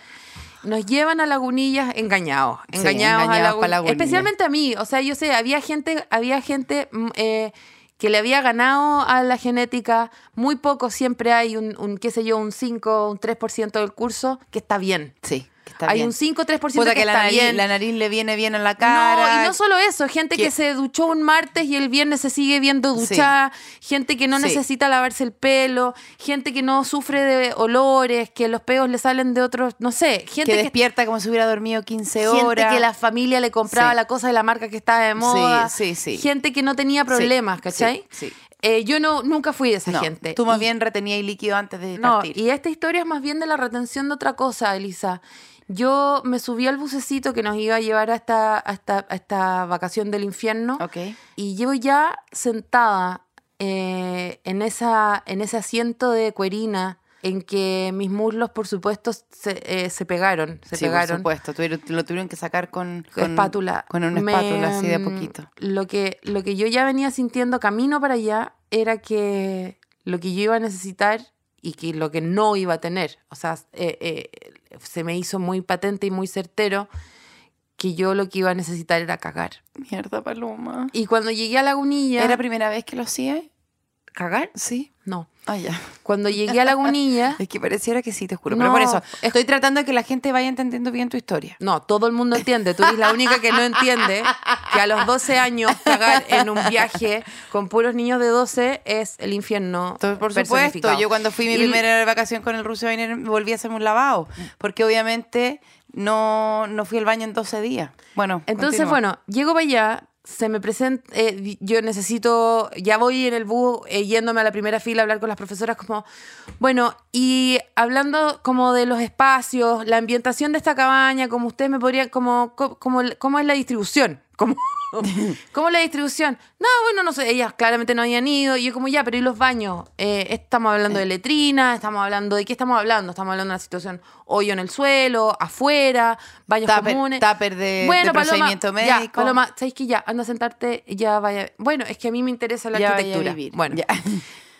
Speaker 5: Nos llevan a Lagunillas engañados,
Speaker 2: Sí,
Speaker 5: engañados, a
Speaker 2: engañados
Speaker 5: Lagun-
Speaker 2: pa' Lagunillas.
Speaker 5: Especialmente a mí, o sea, yo sé, había gente, había gente mm, eh, que le había ganado a la genética, muy poco siempre hay un, un, qué sé yo, un 5, un 3% del curso que está bien.
Speaker 2: Sí, que está
Speaker 5: hay
Speaker 2: bien.
Speaker 5: un 5, 3%
Speaker 2: Puta
Speaker 5: que,
Speaker 2: que la
Speaker 5: está
Speaker 2: nariz,
Speaker 5: bien.
Speaker 2: la nariz le viene bien en la cara.
Speaker 5: No, y no solo eso, gente que,
Speaker 2: que-
Speaker 5: se duchó un martes y el viernes se sigue viendo
Speaker 2: Sí.
Speaker 5: duchada, gente que no
Speaker 2: Sí.
Speaker 5: necesita lavarse el pelo, gente que no sufre de olores, que los peos le salen de otros, no sé, gente
Speaker 2: que
Speaker 5: que,
Speaker 2: despierta como si hubiera dormido 15
Speaker 5: gente
Speaker 2: horas.
Speaker 5: que la familia le compraba
Speaker 2: Sí.
Speaker 5: la cosa de la marca que estaba de moda,
Speaker 2: sí, sí.
Speaker 5: gente que no tenía problemas,
Speaker 2: Sí,
Speaker 5: ¿cachai?
Speaker 2: sí, sí.
Speaker 5: Eh, yo no, nunca fui de esa
Speaker 2: No,
Speaker 5: gente.
Speaker 2: Tú más
Speaker 5: Y-
Speaker 2: bien retenías el líquido antes de
Speaker 5: no,
Speaker 2: partir.
Speaker 5: y esta historia es más bien de la retención de otra cosa, Elisa. Yo me subí al bucecito que nos iba a llevar a esta, a esta, a esta vacación del infierno
Speaker 2: Ok.
Speaker 5: y llevo ya sentada eh, en, esa, en ese asiento de cuerina en que mis muslos, por supuesto, se, eh, se pegaron. Se
Speaker 2: sí, por
Speaker 5: pegaron
Speaker 2: supuesto. Tuvieron- lo tuvieron que sacar con, con-
Speaker 5: espátula.
Speaker 2: Con una
Speaker 5: Me,
Speaker 2: espátula así de a
Speaker 5: mm,
Speaker 2: poquito.
Speaker 5: Lo que, lo que yo ya venía sintiendo camino para allá era que lo que yo iba a necesitar y que lo que no iba a tener, o sea, eh, eh, se me hizo muy patente y muy certero que yo lo que iba a necesitar era cagar.
Speaker 2: Mierda, Paloma.
Speaker 5: Y cuando llegué a Lagunilla...
Speaker 2: ¿Era primera vez que lo hacía?
Speaker 5: cagar?
Speaker 2: Sí.
Speaker 5: No.
Speaker 2: Ah, ya.
Speaker 5: Cuando llegué a
Speaker 2: [LAUGHS]
Speaker 5: Lagunilla...
Speaker 2: Es que pareciera que sí, te juro.
Speaker 5: No,
Speaker 2: Pero por eso,
Speaker 5: es-
Speaker 2: estoy tratando de que la gente vaya entendiendo bien tu historia.
Speaker 5: No, todo el mundo entiende. Tú eres la única que no entiende que a los 12 años cagar en un viaje con puros niños de 12 es el infierno.
Speaker 2: Entonces, por
Speaker 5: personificado.
Speaker 2: supuesto, yo cuando fui mi
Speaker 5: Y- Mm.
Speaker 2: primera vacación con el ruso Weiner, volví a hacerme un lavado, porque obviamente no, no fui al baño en 12 días. Bueno,
Speaker 5: Entonces,
Speaker 2: continúa.
Speaker 5: bueno, llego para allá, se me presenta, eh, yo necesito, ya voy en el bus eh, yéndome a la primera fila a hablar con las profesoras como, bueno, y hablando como de los espacios, la ambientación de esta cabaña, como ustedes me podrían, como, co- como, cómo es la distribución, como, cómo es la distribución. No, bueno, no sé, ellas claramente no habían ido, y yo como, ya, pero ¿y los baños? Eh, estamos hablando de letrinas, estamos hablando, ¿de qué estamos hablando? Estamos hablando de una situación hoyo en el suelo, afuera, baños
Speaker 2: Tupper-
Speaker 5: comunes.
Speaker 2: tupper eh, de- de procedimiento
Speaker 5: ya,
Speaker 2: médico.
Speaker 5: Paloma, Ah, ¿sabes que ya? Anda a sentarte, ya vaya. Bueno, es que a mí me interesa la
Speaker 2: Ya vaya a
Speaker 5: arquitectura.
Speaker 2: vivir.
Speaker 5: Bueno. [LAUGHS]
Speaker 2: Ya.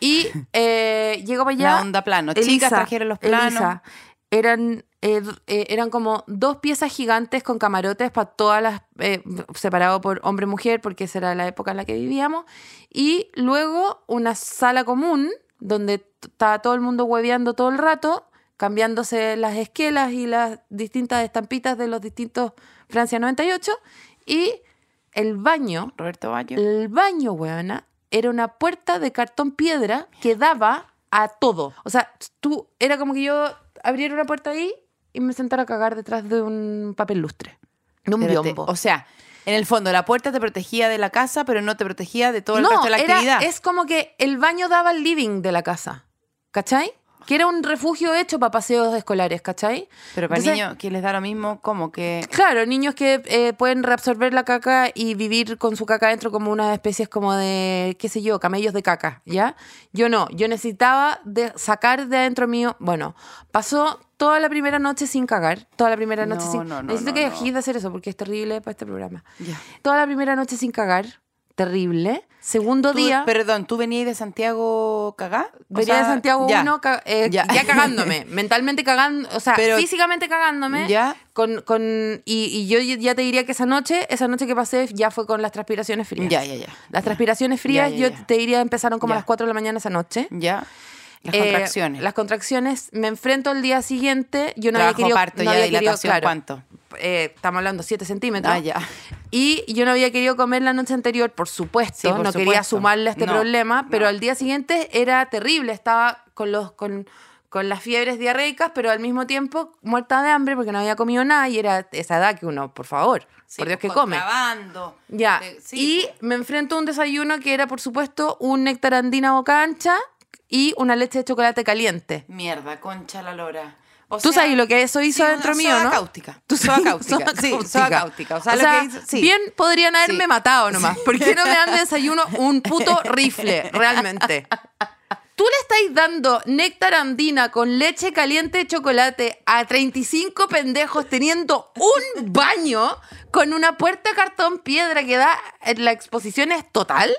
Speaker 5: Y eh, llego para allá.
Speaker 2: La onda plano. Chicas trajeron los planos.
Speaker 5: Elisa, eran, eh, d- eh, eran como dos piezas gigantes con camarotes para todas las. eh, separado por hombre y mujer, porque esa era la época en la que vivíamos. Y luego una sala común donde t- estaba todo el mundo hueveando todo el rato, cambiándose las esquelas y las distintas estampitas de los distintos Francia 98. Y el baño
Speaker 2: Roberto Baño.
Speaker 5: el baño, weona, era una puerta de cartón piedra que daba a todo. O sea, tú, era como que yo abriera una puerta ahí y me sentara a cagar detrás de un papel lustre. De un
Speaker 2: Espérate,
Speaker 5: biombo.
Speaker 2: O sea, en el fondo la puerta te protegía de la casa, pero no te protegía de todo el
Speaker 5: no,
Speaker 2: resto de la
Speaker 5: era-
Speaker 2: actividad.
Speaker 5: es como que el baño daba al living de la casa. ¿Cachai? Que era un refugio hecho para paseos escolares, ¿cachai?
Speaker 2: Pero para
Speaker 5: Entonces,
Speaker 2: niños que les da lo mismo, como que
Speaker 5: Claro, niños que eh, pueden reabsorber la caca y vivir con su caca dentro como unas especies como de, qué sé yo, camellos de caca, ¿ya? Yo no, yo necesitaba de sacar de adentro mío, bueno, pasó toda la primera noche sin cagar, toda la primera noche
Speaker 2: No,
Speaker 5: sin...
Speaker 2: no, no,
Speaker 5: Necesito
Speaker 2: no,
Speaker 5: que
Speaker 2: no.
Speaker 5: dejéis de hacer eso porque es terrible para este programa.
Speaker 2: Ya.
Speaker 5: Toda la primera noche sin cagar, terrible. Segundo
Speaker 2: Tú-
Speaker 5: día...
Speaker 2: Perdón, ¿tú venías de Santiago cagá? O
Speaker 5: Venía
Speaker 2: sea,
Speaker 5: de Santiago
Speaker 2: ya.
Speaker 5: 1 ca- eh,
Speaker 2: Ya.
Speaker 5: ya. cagándome, mentalmente cagando, o sea,
Speaker 2: [LAUGHS] Pero-
Speaker 5: físicamente cagándome.
Speaker 2: Ya.
Speaker 5: Con, con, y, y yo ya te diría que esa noche, esa noche que pasé ya fue con las transpiraciones frías.
Speaker 2: Ya, ya, ya.
Speaker 5: Las transpiraciones frías,
Speaker 2: Ya, ya,
Speaker 5: yo
Speaker 2: ya.
Speaker 5: te diría empezaron como
Speaker 2: Ya.
Speaker 5: a las 4 de la mañana esa noche.
Speaker 2: Ya. Las
Speaker 5: Eh,
Speaker 2: contracciones.
Speaker 5: Las contracciones, me enfrento al día siguiente, yo no
Speaker 2: Trabajo
Speaker 5: había querido...
Speaker 2: parto,
Speaker 5: no
Speaker 2: ya
Speaker 5: había
Speaker 2: dilatación,
Speaker 5: querido, claro,
Speaker 2: ¿cuánto?
Speaker 5: eh, estamos hablando 7 centímetros. [LAUGHS]
Speaker 2: Ah, ya.
Speaker 5: Y yo no había querido comer la noche anterior, por supuesto.
Speaker 2: Sí, por
Speaker 5: no quería
Speaker 2: supuesto.
Speaker 5: sumarle a este
Speaker 2: No,
Speaker 5: problema, pero
Speaker 2: no.
Speaker 5: al día siguiente era terrible. Estaba con los con, con las fiebres diarreicas, pero al mismo tiempo muerta de hambre porque no había comido nada y era esa edad que uno, por favor, por Dios que come.
Speaker 2: Contrabando.
Speaker 5: Ya.
Speaker 2: pues, De- sí, pues.
Speaker 5: y me enfrento a un desayuno que era, por supuesto, un néctar andina boca ancha y una leche de chocolate caliente.
Speaker 2: Mierda, concha la lora. O
Speaker 5: Tú
Speaker 2: sea,
Speaker 5: sabes lo que eso hizo
Speaker 2: sí,
Speaker 5: dentro
Speaker 2: una
Speaker 5: mío,
Speaker 2: soda
Speaker 5: ¿no?
Speaker 2: cáustica.
Speaker 5: Tú
Speaker 2: [LAUGHS] Soda
Speaker 5: sabes- [LAUGHS]
Speaker 2: cáustica, sí, soda cáustica. O sea, lo que hizo- sí.
Speaker 5: bien podrían haberme
Speaker 2: Sí.
Speaker 5: matado nomás. ¿Por qué no me
Speaker 2: [LAUGHS]
Speaker 5: dan de desayuno un puto rifle, realmente? Tú le estáis dando néctar andina con leche caliente de chocolate a 35 pendejos teniendo un baño con una puerta de cartón piedra que da la exposición es total.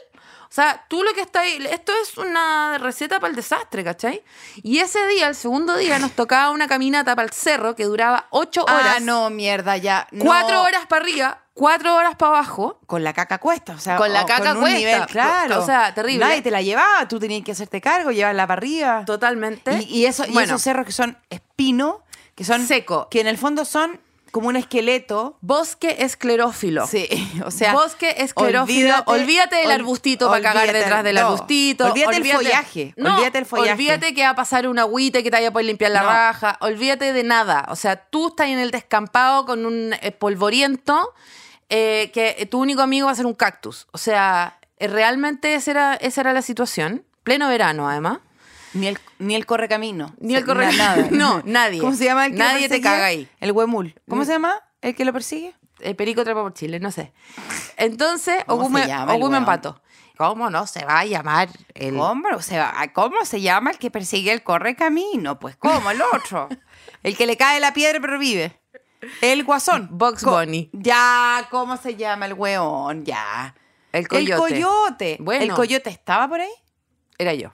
Speaker 5: O sea, tú lo que estáis. Esto es una receta para el desastre, ¿cachai? Y ese día, el segundo día, nos tocaba una caminata para el cerro que duraba 8 horas.
Speaker 2: Ah, no, mierda, ya. no.
Speaker 5: Cuatro horas para arriba, cuatro horas para abajo.
Speaker 2: Con la caca cuesta, o sea,
Speaker 5: Con la
Speaker 2: o-
Speaker 5: caca
Speaker 2: un
Speaker 5: cuesta,
Speaker 2: nivel,
Speaker 5: co-
Speaker 2: claro.
Speaker 5: o sea, terrible.
Speaker 2: Nadie te la llevaba, tú tenías que hacerte cargo, llevarla para arriba.
Speaker 5: Totalmente.
Speaker 2: Y, y eso, y
Speaker 5: Bueno.
Speaker 2: esos cerros que son espino, que son
Speaker 5: Seco.
Speaker 2: que en el fondo son como un esqueleto.
Speaker 5: Bosque esclerófilo. [LAUGHS]
Speaker 2: Sí, o sea,
Speaker 5: Bosque esclerófilo. Olvídate, del
Speaker 2: ol-
Speaker 5: arbustito para cagar
Speaker 2: olvídate,
Speaker 5: detrás del
Speaker 2: no.
Speaker 5: arbustito.
Speaker 2: Olvídate del follaje,
Speaker 5: No,
Speaker 2: olvídate del follaje.
Speaker 5: Olvídate que va a pasar una agüita y que te vaya a poder limpiar la
Speaker 2: No.
Speaker 5: raja. Olvídate de nada. O sea, tú estás en el descampado con un eh, polvoriento eh, que tu único amigo va a ser un cactus. O sea, eh, realmente esa era, esa era la situación. Pleno verano, además.
Speaker 2: Ni el, ni el correcamino.
Speaker 5: Ni el
Speaker 2: O sea, na-
Speaker 5: correcamino.
Speaker 2: nada.
Speaker 5: [LAUGHS] No, nadie.
Speaker 2: ¿Cómo se llama el que lo
Speaker 5: Nadie te
Speaker 2: perseguía?
Speaker 5: caga ahí. Mm.
Speaker 2: El huemul. ¿Cómo se llama el que lo persigue?
Speaker 5: Eh, Perico trepa por Chile, no sé. Entonces,
Speaker 2: ¿Cómo se
Speaker 5: Ogume,
Speaker 2: llama el
Speaker 5: Ogume
Speaker 2: weón?
Speaker 5: empató. ¿Cómo no se va a llamar el
Speaker 2: ¿Cómo, o sea, ¿Cómo se llama el que persigue el correcamino? Pues, ¿cómo? El
Speaker 5: [LAUGHS]
Speaker 2: otro. El que le cae la piedra pero vive. El guasón.
Speaker 5: Box
Speaker 2: Co-
Speaker 5: Bunny.
Speaker 2: Ya, ¿cómo se llama el weón? Ya.
Speaker 5: El coyote.
Speaker 2: El coyote.
Speaker 5: Bueno.
Speaker 2: ¿El coyote estaba por ahí?
Speaker 5: Era yo.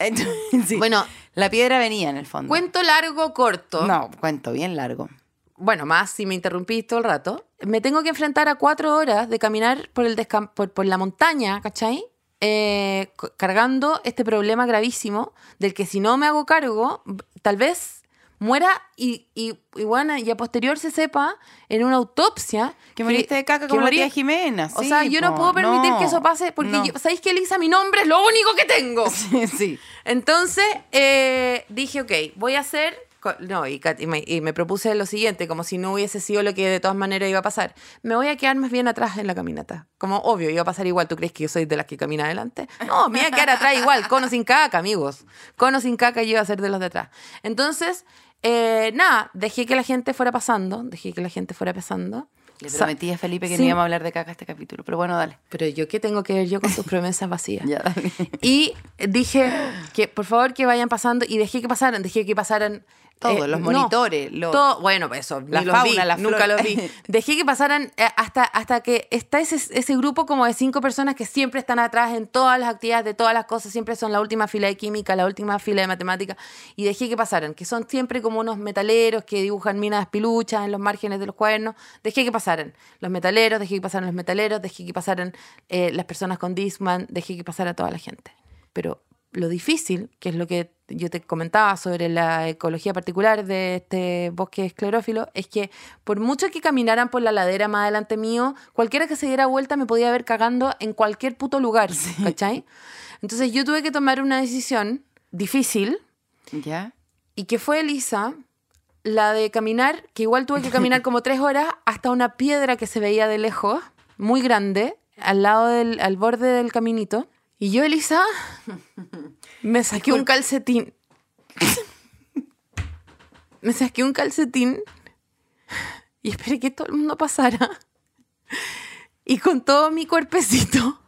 Speaker 2: Entonces, [LAUGHS] sí.
Speaker 5: Bueno.
Speaker 2: La piedra venía en el fondo.
Speaker 5: Cuento largo, corto.
Speaker 2: No, cuento bien largo.
Speaker 5: Bueno, más si me interrumpís todo el rato. Me tengo que enfrentar a cuatro horas de caminar por, el descam- por, por la montaña, ¿cachai? Eh, c- cargando este problema gravísimo del que si no me hago cargo, b- tal vez muera y, y, y bueno, y a posterior se sepa en una autopsia
Speaker 2: Que moriste de caca
Speaker 5: que
Speaker 2: como la
Speaker 5: morí-
Speaker 2: tía Jimena.
Speaker 5: O
Speaker 2: sí,
Speaker 5: sea, yo no
Speaker 2: po,
Speaker 5: puedo permitir
Speaker 2: no,
Speaker 5: que eso pase porque
Speaker 2: no.
Speaker 5: yo- ¿sabéis que Elisa? Mi nombre es lo único que tengo.
Speaker 2: [LAUGHS] Sí, sí.
Speaker 5: Entonces eh, dije, ok, voy a hacer Co- No, y, Kat- y me, y me propuse lo siguiente, como si no hubiese sido lo que de todas maneras iba a pasar. Me voy a quedar más bien atrás en la caminata. Como obvio, iba a pasar igual. ¿Tú crees que yo soy de las que camina adelante? No, me voy a quedar atrás igual, con o sin caca, amigos. Con o sin caca yo iba a ser de los de atrás. Entonces, eh, nada, dejé que la gente fuera pasando, dejé que la gente fuera pasando.
Speaker 2: Le
Speaker 5: Sa-
Speaker 2: prometí a Felipe que
Speaker 5: Sí.
Speaker 2: no íbamos a hablar de caca este capítulo, pero bueno, dale. Eh,
Speaker 5: Pero yo, ¿qué tengo que ver yo con sus promesas vacías?
Speaker 2: Ya, [LAUGHS] dale.
Speaker 5: Y dije que por favor que vayan pasando y dejé que pasaran, dejé que pasaran eh,
Speaker 2: Todos los
Speaker 5: no,
Speaker 2: monitores, los-
Speaker 5: todo, bueno, pues eso,
Speaker 2: La
Speaker 5: ni los vi,
Speaker 2: fauna, la
Speaker 5: nunca
Speaker 2: flora.
Speaker 5: los
Speaker 2: [LAUGHS]
Speaker 5: vi. Dejé que pasaran eh, hasta hasta que está ese, ese grupo como de cinco personas que siempre están atrás en todas las actividades, de todas las cosas, siempre son la última fila de química, la última fila de matemática y dejé que pasaran, que son siempre como unos metaleros que dibujan minas piluchas en los márgenes de los cuadernos, dejé que pasaran los metaleros, dejé que pasaran los metaleros, dejé que pasaran eh, las personas con Disman, dejé que pasara toda la gente. Pero lo difícil, que es lo que yo te comentaba sobre la ecología particular de este bosque esclerófilo, es que por mucho que caminaran por la ladera más adelante mío, cualquiera que se diera vuelta me podía ver cagando en cualquier puto lugar, ¿cachai? Entonces yo tuve que tomar una decisión difícil
Speaker 2: ¿Ya?
Speaker 5: y que fue Elisa, la de caminar, que igual tuve que caminar como tres horas hasta una piedra que se veía de lejos, muy grande, al lado del, al borde del caminito. Y yo, Elisa, me saqué un calcetín. Me saqué un calcetín y esperé que todo el mundo pasara. Y con todo mi cuerpecito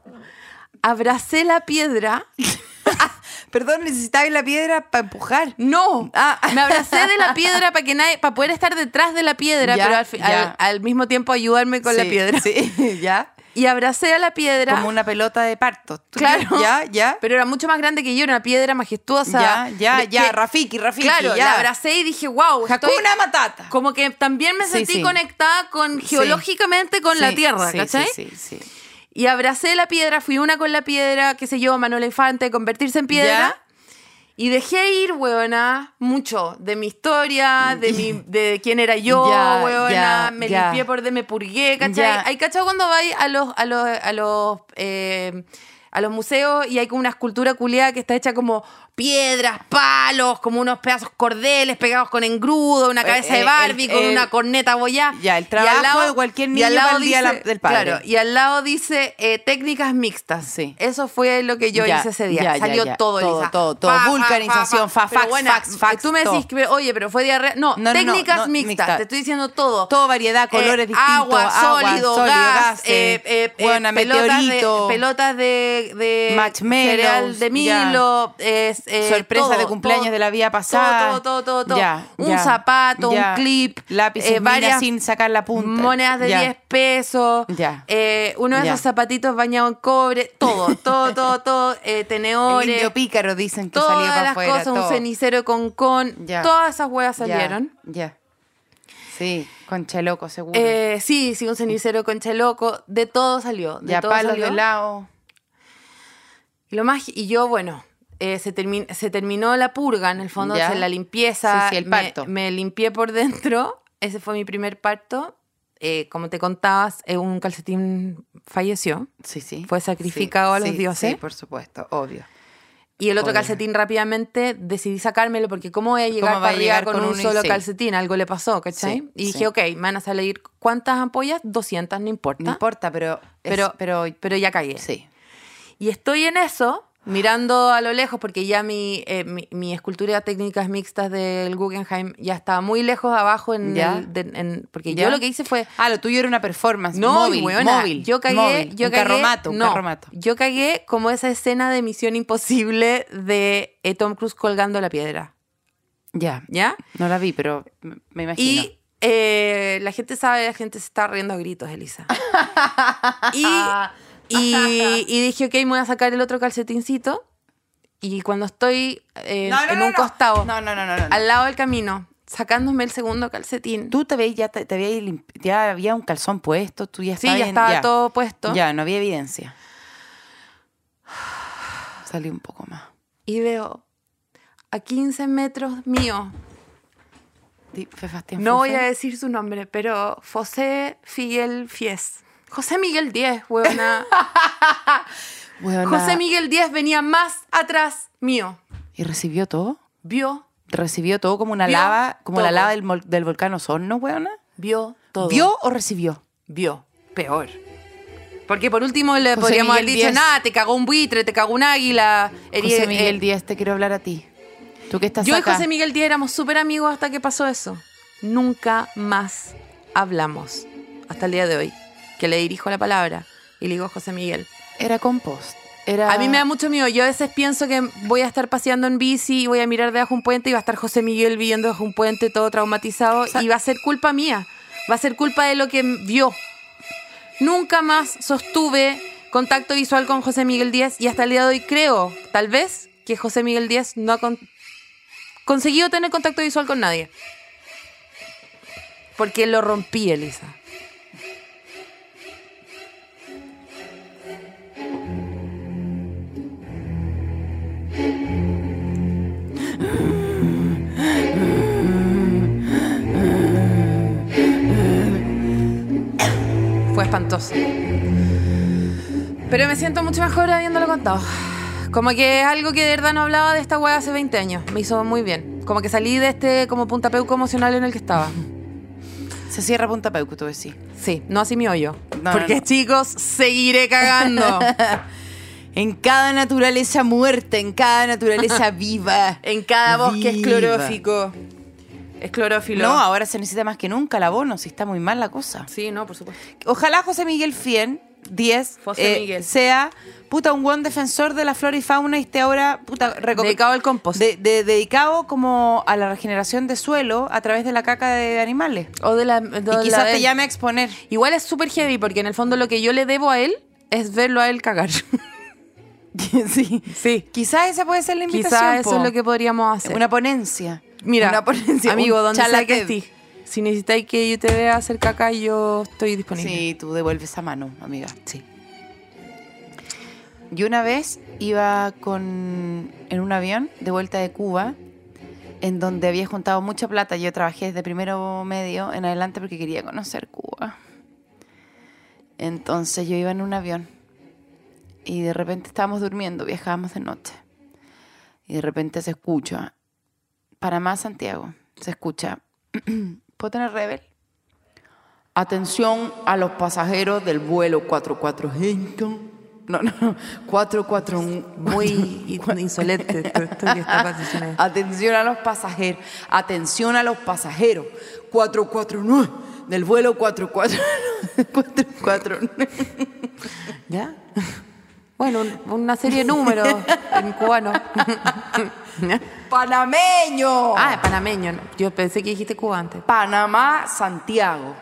Speaker 5: abracé la piedra.
Speaker 2: Perdón, necesitaba la piedra para empujar.
Speaker 5: No,
Speaker 2: Ah.
Speaker 5: me abracé de la piedra para que nadie, para poder estar detrás de la piedra,
Speaker 2: Ya,
Speaker 5: pero al, fi-
Speaker 2: ya.
Speaker 5: al- al mismo tiempo ayudarme con la
Speaker 2: Sí,
Speaker 5: piedra.
Speaker 2: [LAUGHS] Sí, ya.
Speaker 5: [LAUGHS] Y abracé a la piedra.
Speaker 2: Como una pelota de parto. Tú-
Speaker 5: Claro.
Speaker 2: Ya, ya.
Speaker 5: Pero era mucho más grande que yo, era una piedra majestuosa.
Speaker 2: ya, ya,
Speaker 5: Le-
Speaker 2: ya.
Speaker 5: que-
Speaker 2: Rafiki, Rafiki.
Speaker 5: Claro,
Speaker 2: ya.
Speaker 5: la abracé y dije, wow, estoy,
Speaker 2: Hakuna Matata.
Speaker 5: como que también me
Speaker 2: Sí,
Speaker 5: sentí
Speaker 2: sí.
Speaker 5: conectada con geológicamente con la
Speaker 2: Sí,
Speaker 5: tierra,
Speaker 2: sí,
Speaker 5: ¿cachai?
Speaker 2: Sí, sí, sí.
Speaker 5: Y abracé la piedra, fui una con la piedra, qué sé yo, Manuel Infante, convertirse en piedra. Y dejé ir, huevona, mucho de mi historia, de, mi, de quién era yo,
Speaker 2: Ya,
Speaker 5: huevona.
Speaker 2: ya,
Speaker 5: me
Speaker 2: ya.
Speaker 5: limpié por de, me purgué, ¿cachai?
Speaker 2: Ya.
Speaker 5: Hay cachado cuando vais a los, a los, a los, eh, a los museos y hay como una escultura culiada que está hecha como piedras, palos, como unos pedazos cordeles pegados con engrudo, una
Speaker 2: Eh,
Speaker 5: cabeza de
Speaker 2: el-
Speaker 5: Barbie, con
Speaker 2: el-
Speaker 5: una corneta boyá.
Speaker 2: Ya,
Speaker 5: Y
Speaker 2: el
Speaker 5: al
Speaker 2: trabajo de cualquier
Speaker 5: y al
Speaker 2: niño
Speaker 5: lado
Speaker 2: para el Día
Speaker 5: dice-
Speaker 2: de la- del Padre.
Speaker 5: Claro, y al lado dice eh, técnicas mixtas.
Speaker 2: Sí.
Speaker 5: Eso fue lo que yo
Speaker 2: Ya,
Speaker 5: hice ese día.
Speaker 2: ya, ya,
Speaker 5: Salió
Speaker 2: ya.
Speaker 5: todo,
Speaker 2: Todo,
Speaker 5: Elisa.
Speaker 2: todo, todo. Vulcanización, fa,
Speaker 5: Pero eh,
Speaker 2: fax, fax, fax,
Speaker 5: Tú me decís,
Speaker 2: todo.
Speaker 5: que, oye, pero fue diarrea. No,
Speaker 2: No, no, no,
Speaker 5: técnicas
Speaker 2: no,
Speaker 5: mixtas.
Speaker 2: mixta.
Speaker 5: Te estoy diciendo todo.
Speaker 2: Todo variedad, colores
Speaker 5: Eh,
Speaker 2: distintos.
Speaker 5: Agua, sólido, gas,
Speaker 2: gases,
Speaker 5: eh, eh, eh,
Speaker 2: buena,
Speaker 5: pelotas
Speaker 2: meteorito.
Speaker 5: De, pelotas de, de
Speaker 2: Marshmallows,
Speaker 5: cereal de
Speaker 2: ya.
Speaker 5: Milo. es, eh,
Speaker 2: Sorpresa
Speaker 5: todo,
Speaker 2: de cumpleaños
Speaker 5: todo,
Speaker 2: de la vida pasada.
Speaker 5: Todo, todo, todo. todo.
Speaker 2: Ya,
Speaker 5: un
Speaker 2: ya,
Speaker 5: zapato,
Speaker 2: ya.
Speaker 5: un clip.
Speaker 2: Lápices,
Speaker 5: eh,
Speaker 2: minas
Speaker 5: varias
Speaker 2: sin sacar la punta.
Speaker 5: Monedas de
Speaker 2: Ya.
Speaker 5: 10 pesos.
Speaker 2: Ya.
Speaker 5: eh, uno de
Speaker 2: Ya.
Speaker 5: esos zapatitos bañados en cobre.
Speaker 2: [LAUGHS]
Speaker 5: Todo, todo, todo, todo. eh,
Speaker 2: El
Speaker 5: tenedores.
Speaker 2: indio pícaro dicen que salió
Speaker 5: todas
Speaker 2: para
Speaker 5: las
Speaker 2: afuera.
Speaker 5: cosas. Un
Speaker 2: todo.
Speaker 5: cenicero con con.
Speaker 2: Ya.
Speaker 5: Todas esas huevas
Speaker 2: Ya,
Speaker 5: salieron.
Speaker 2: Ya. Sí, concha loco, seguro.
Speaker 5: Eh, sí, sí, un cenicero con cheloco. De todo salió. De
Speaker 2: ya
Speaker 5: todo
Speaker 2: palos
Speaker 5: salió.
Speaker 2: de lado.
Speaker 5: Y lo más, y yo, bueno, eh, se, termi- se terminó la purga, en el fondo,
Speaker 2: Ya.
Speaker 5: se la limpieza.
Speaker 2: Sí, sí, el
Speaker 5: me-
Speaker 2: parto.
Speaker 5: Me, limpié por [LAUGHS] dentro. Ese fue mi primer parto. Eh, como te contabas, eh, un calcetín falleció.
Speaker 2: Sí, sí.
Speaker 5: Fue sacrificado a los dioses.
Speaker 2: Sí, por supuesto, obvio.
Speaker 5: Y el otro
Speaker 2: Obvio.
Speaker 5: calcetín rápidamente decidí sacármelo porque cómo voy a llegar
Speaker 2: ¿Cómo va
Speaker 5: para
Speaker 2: a
Speaker 5: arriba
Speaker 2: llegar
Speaker 5: con,
Speaker 2: con
Speaker 5: un
Speaker 2: uno y
Speaker 5: solo
Speaker 2: sí?
Speaker 5: calcetín? Algo le pasó, ¿cachai?
Speaker 2: Sí,
Speaker 5: y
Speaker 2: sí.
Speaker 5: dije, ok, me van a salir cuántas ampollas, 200, no importa.
Speaker 2: No importa, pero. es-
Speaker 5: Pero-
Speaker 2: pero,
Speaker 5: Pero ya cagué.
Speaker 2: Sí.
Speaker 5: Y estoy en eso, mirando a lo lejos, porque ya mi, eh, mi, mi escultura de técnicas mixtas del Guggenheim ya estaba muy lejos abajo en,
Speaker 2: Ya.
Speaker 5: el- de- en- porque
Speaker 2: ¿Ya?
Speaker 5: yo lo que hice fue
Speaker 2: Ah, lo tuyo era una performance.
Speaker 5: no,
Speaker 2: móvil,
Speaker 5: weona,
Speaker 2: móvil.
Speaker 5: Yo cagué,
Speaker 2: móvil,
Speaker 5: yo
Speaker 2: un
Speaker 5: cagué-
Speaker 2: carromato, un
Speaker 5: no,
Speaker 2: carromato.
Speaker 5: Yo cagué como esa escena de Misión Imposible de eh, Tom Cruise colgando la piedra,
Speaker 2: Ya.
Speaker 5: ¿ya?
Speaker 2: No la vi, pero me me imagino.
Speaker 5: Y eh, la gente sabe, la gente se está riendo a gritos, Elisa.
Speaker 2: [LAUGHS]
Speaker 5: y, y- y dije, ok, me voy a sacar el otro calcetincito. Y cuando estoy eh,
Speaker 2: No, no,
Speaker 5: en
Speaker 2: no,
Speaker 5: un
Speaker 2: no.
Speaker 5: costado,
Speaker 2: No, no, no, no. no.
Speaker 5: al lado del camino, sacándome el segundo calcetín.
Speaker 2: Tú te veías, ya, te, te habías lim- ya había un calzón puesto, tú ya
Speaker 5: sí,
Speaker 2: estabas
Speaker 5: ya
Speaker 2: en-
Speaker 5: estaba todo puesto.
Speaker 2: Ya, no había evidencia. [SIGHS] Salí un poco más.
Speaker 5: Y veo a 15 metros mío
Speaker 2: Di- fue Sebastián
Speaker 5: No voy
Speaker 2: Fufe.
Speaker 5: a decir su nombre, pero José Figuel Fies. José Miguel Díez,
Speaker 2: [LAUGHS]
Speaker 5: huevona.
Speaker 2: Weona,
Speaker 5: José Miguel Díez venía más atrás mío.
Speaker 2: ¿Y recibió todo?
Speaker 5: Vio
Speaker 2: recibió todo como una
Speaker 5: Vio
Speaker 2: lava, como la
Speaker 5: todo.
Speaker 2: lava del, mol- del volcán Osorno, weona.
Speaker 5: Vio todo.
Speaker 2: ¿Vio o recibió?
Speaker 5: Vio. Peor. Porque por último le
Speaker 2: José
Speaker 5: podríamos haber
Speaker 2: Miguel
Speaker 5: dicho,
Speaker 2: Díaz.
Speaker 5: nada, te cagó un buitre, te cagó un águila.
Speaker 2: José
Speaker 5: herí-
Speaker 2: Miguel
Speaker 5: eh,
Speaker 2: Díaz, te quiero hablar a ti. Tú que estás
Speaker 5: Yo y
Speaker 2: acá.
Speaker 5: José Miguel Díaz éramos súper amigos hasta que pasó eso. Nunca más hablamos. Hasta el día de hoy. Que le dirijo la palabra y le digo, José Miguel,
Speaker 2: Era compost. Era...
Speaker 5: A mí me da mucho miedo. Yo a veces pienso que voy a estar paseando en bici y voy a mirar debajo un puente y va a estar José Miguel viviendo debajo un puente todo traumatizado y va a ser culpa mía. Va a ser culpa de lo que vio. Nunca más sostuve contacto visual con José Miguel Díaz y hasta el día de hoy creo, tal vez, que José Miguel Díaz no ha con- conseguido tener contacto visual con nadie. Porque lo rompí, Elisa. Fue espantoso. Pero me siento mucho mejor habiéndolo contado. Como que es algo que de verdad no hablaba de esta weá hace 20 años. Me hizo muy bien. Como que salí de este como puntapeuco emocional en el que estaba.
Speaker 2: Se cierra Punta Peuco, tú decís.
Speaker 5: Sí, no así mi hoyo.
Speaker 2: No,
Speaker 5: Porque
Speaker 2: no, no.
Speaker 5: chicos, seguiré
Speaker 2: [LAUGHS]
Speaker 5: cagando.
Speaker 2: En cada naturaleza muerta, en
Speaker 5: [LAUGHS]
Speaker 2: cada naturaleza viva.
Speaker 5: en cada bosque
Speaker 2: Viva.
Speaker 5: esclerófico. Esclerófilo.
Speaker 2: No, ahora se necesita más que nunca el abono, si está muy mal la cosa.
Speaker 5: Sí, no, por supuesto.
Speaker 2: Ojalá José Miguel Fien, 10,
Speaker 5: José
Speaker 2: eh,
Speaker 5: Miguel.
Speaker 2: sea puta un buen defensor de la flora y fauna y esté ahora puta reco-
Speaker 5: Dedicado al compost.
Speaker 2: de- de- dedicado como a la regeneración de suelo a través de la caca de animales.
Speaker 5: O de la.
Speaker 2: Y quizás te llame a exponer.
Speaker 5: Igual es súper heavy porque en el fondo lo que yo le debo a él es verlo a él cagar.
Speaker 2: sí.
Speaker 5: [LAUGHS] Sí.
Speaker 2: Quizás esa puede ser la invitación.
Speaker 5: Quizás eso
Speaker 2: po.
Speaker 5: es lo que podríamos hacer.
Speaker 2: Una ponencia.
Speaker 5: Mira,
Speaker 2: una ponencia.
Speaker 5: amigo,
Speaker 2: un
Speaker 5: donde sea
Speaker 2: charla
Speaker 5: que
Speaker 2: TED.
Speaker 5: estés, si necesitáis que yo te vea hacer caca, yo estoy disponible.
Speaker 2: Sí, tú devuelves a mano, amiga. Sí. Yo una vez iba con en un avión de vuelta de Cuba, en donde había juntado mucha plata. Yo trabajé desde primero medio en adelante porque quería conocer Cuba. Entonces yo iba en un avión y de repente estábamos durmiendo, viajábamos de noche. Y de repente se escucha, Panamá, Santiago, se escucha, [CLEARS THROAT] ¿puedo tener Rebel? Atención a los pasajeros del vuelo 44 Hinton. No, no, 441.
Speaker 5: Muy [LAUGHS] insolente esto, esto que está pasando.
Speaker 2: Ah, Atención a los pasajeros. Atención a los pasajeros. 449 del vuelo 449. 449.
Speaker 5: ¿Ya? [LAUGHS] Bueno, un- una serie de números en [LAUGHS] cubano.
Speaker 2: Panameño.
Speaker 5: Ah, panameño. ¿no? Yo pensé que dijiste Cuba antes.
Speaker 2: Panamá, Santiago.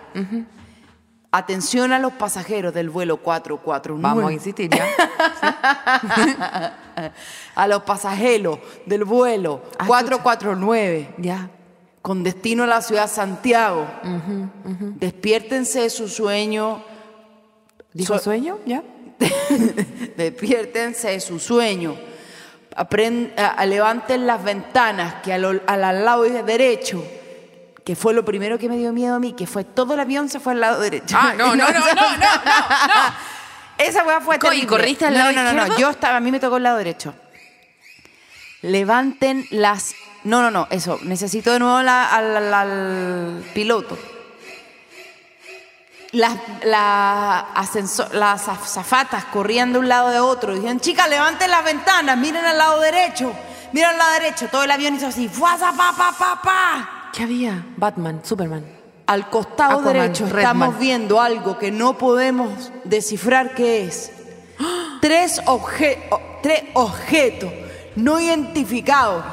Speaker 2: Atención a los pasajeros del vuelo 449.
Speaker 5: Vamos a insistir, ¿ya? [LAUGHS]
Speaker 2: A los pasajeros del vuelo
Speaker 5: Ah,
Speaker 2: 449.
Speaker 5: Ya.
Speaker 2: con destino a la ciudad Santiago. Despiértense de su sueño,
Speaker 5: ¿Dijo
Speaker 2: So-
Speaker 5: sueño? ¿Ya?
Speaker 2: despiértense de su sueño. Apren- a- a- levanten las ventanas que al, al, al lado derecho, que fue lo primero que me dio miedo a mí, que fue todo el avión se fue al lado derecho.
Speaker 4: Ah, no, no, no, no, no,
Speaker 2: [LAUGHS]
Speaker 4: no.
Speaker 2: Esa weá fue
Speaker 5: Co- ¿y
Speaker 2: terrible.
Speaker 5: corriste al lado
Speaker 2: no, no, no, no,
Speaker 5: izquierdo?
Speaker 2: yo estaba, a mí me tocó el lado derecho. Levanten las... No, no, no, eso. Necesito de nuevo la- al, al- al piloto. Las, la ascenso- las af- azafatas corrían de un lado de otro. Dijeron, chicas, levanten las ventanas, miren al lado derecho. Miren al lado derecho. Todo el avión hizo así. ¡Fuaza, pa, pa, pa, pa!
Speaker 5: ¿Qué había? Batman, Superman.
Speaker 2: Al costado
Speaker 5: Aquaman,
Speaker 2: derecho
Speaker 5: Redman.
Speaker 2: estamos viendo algo que no podemos descifrar qué es. Tres, obje- o- tres objetos no identificados.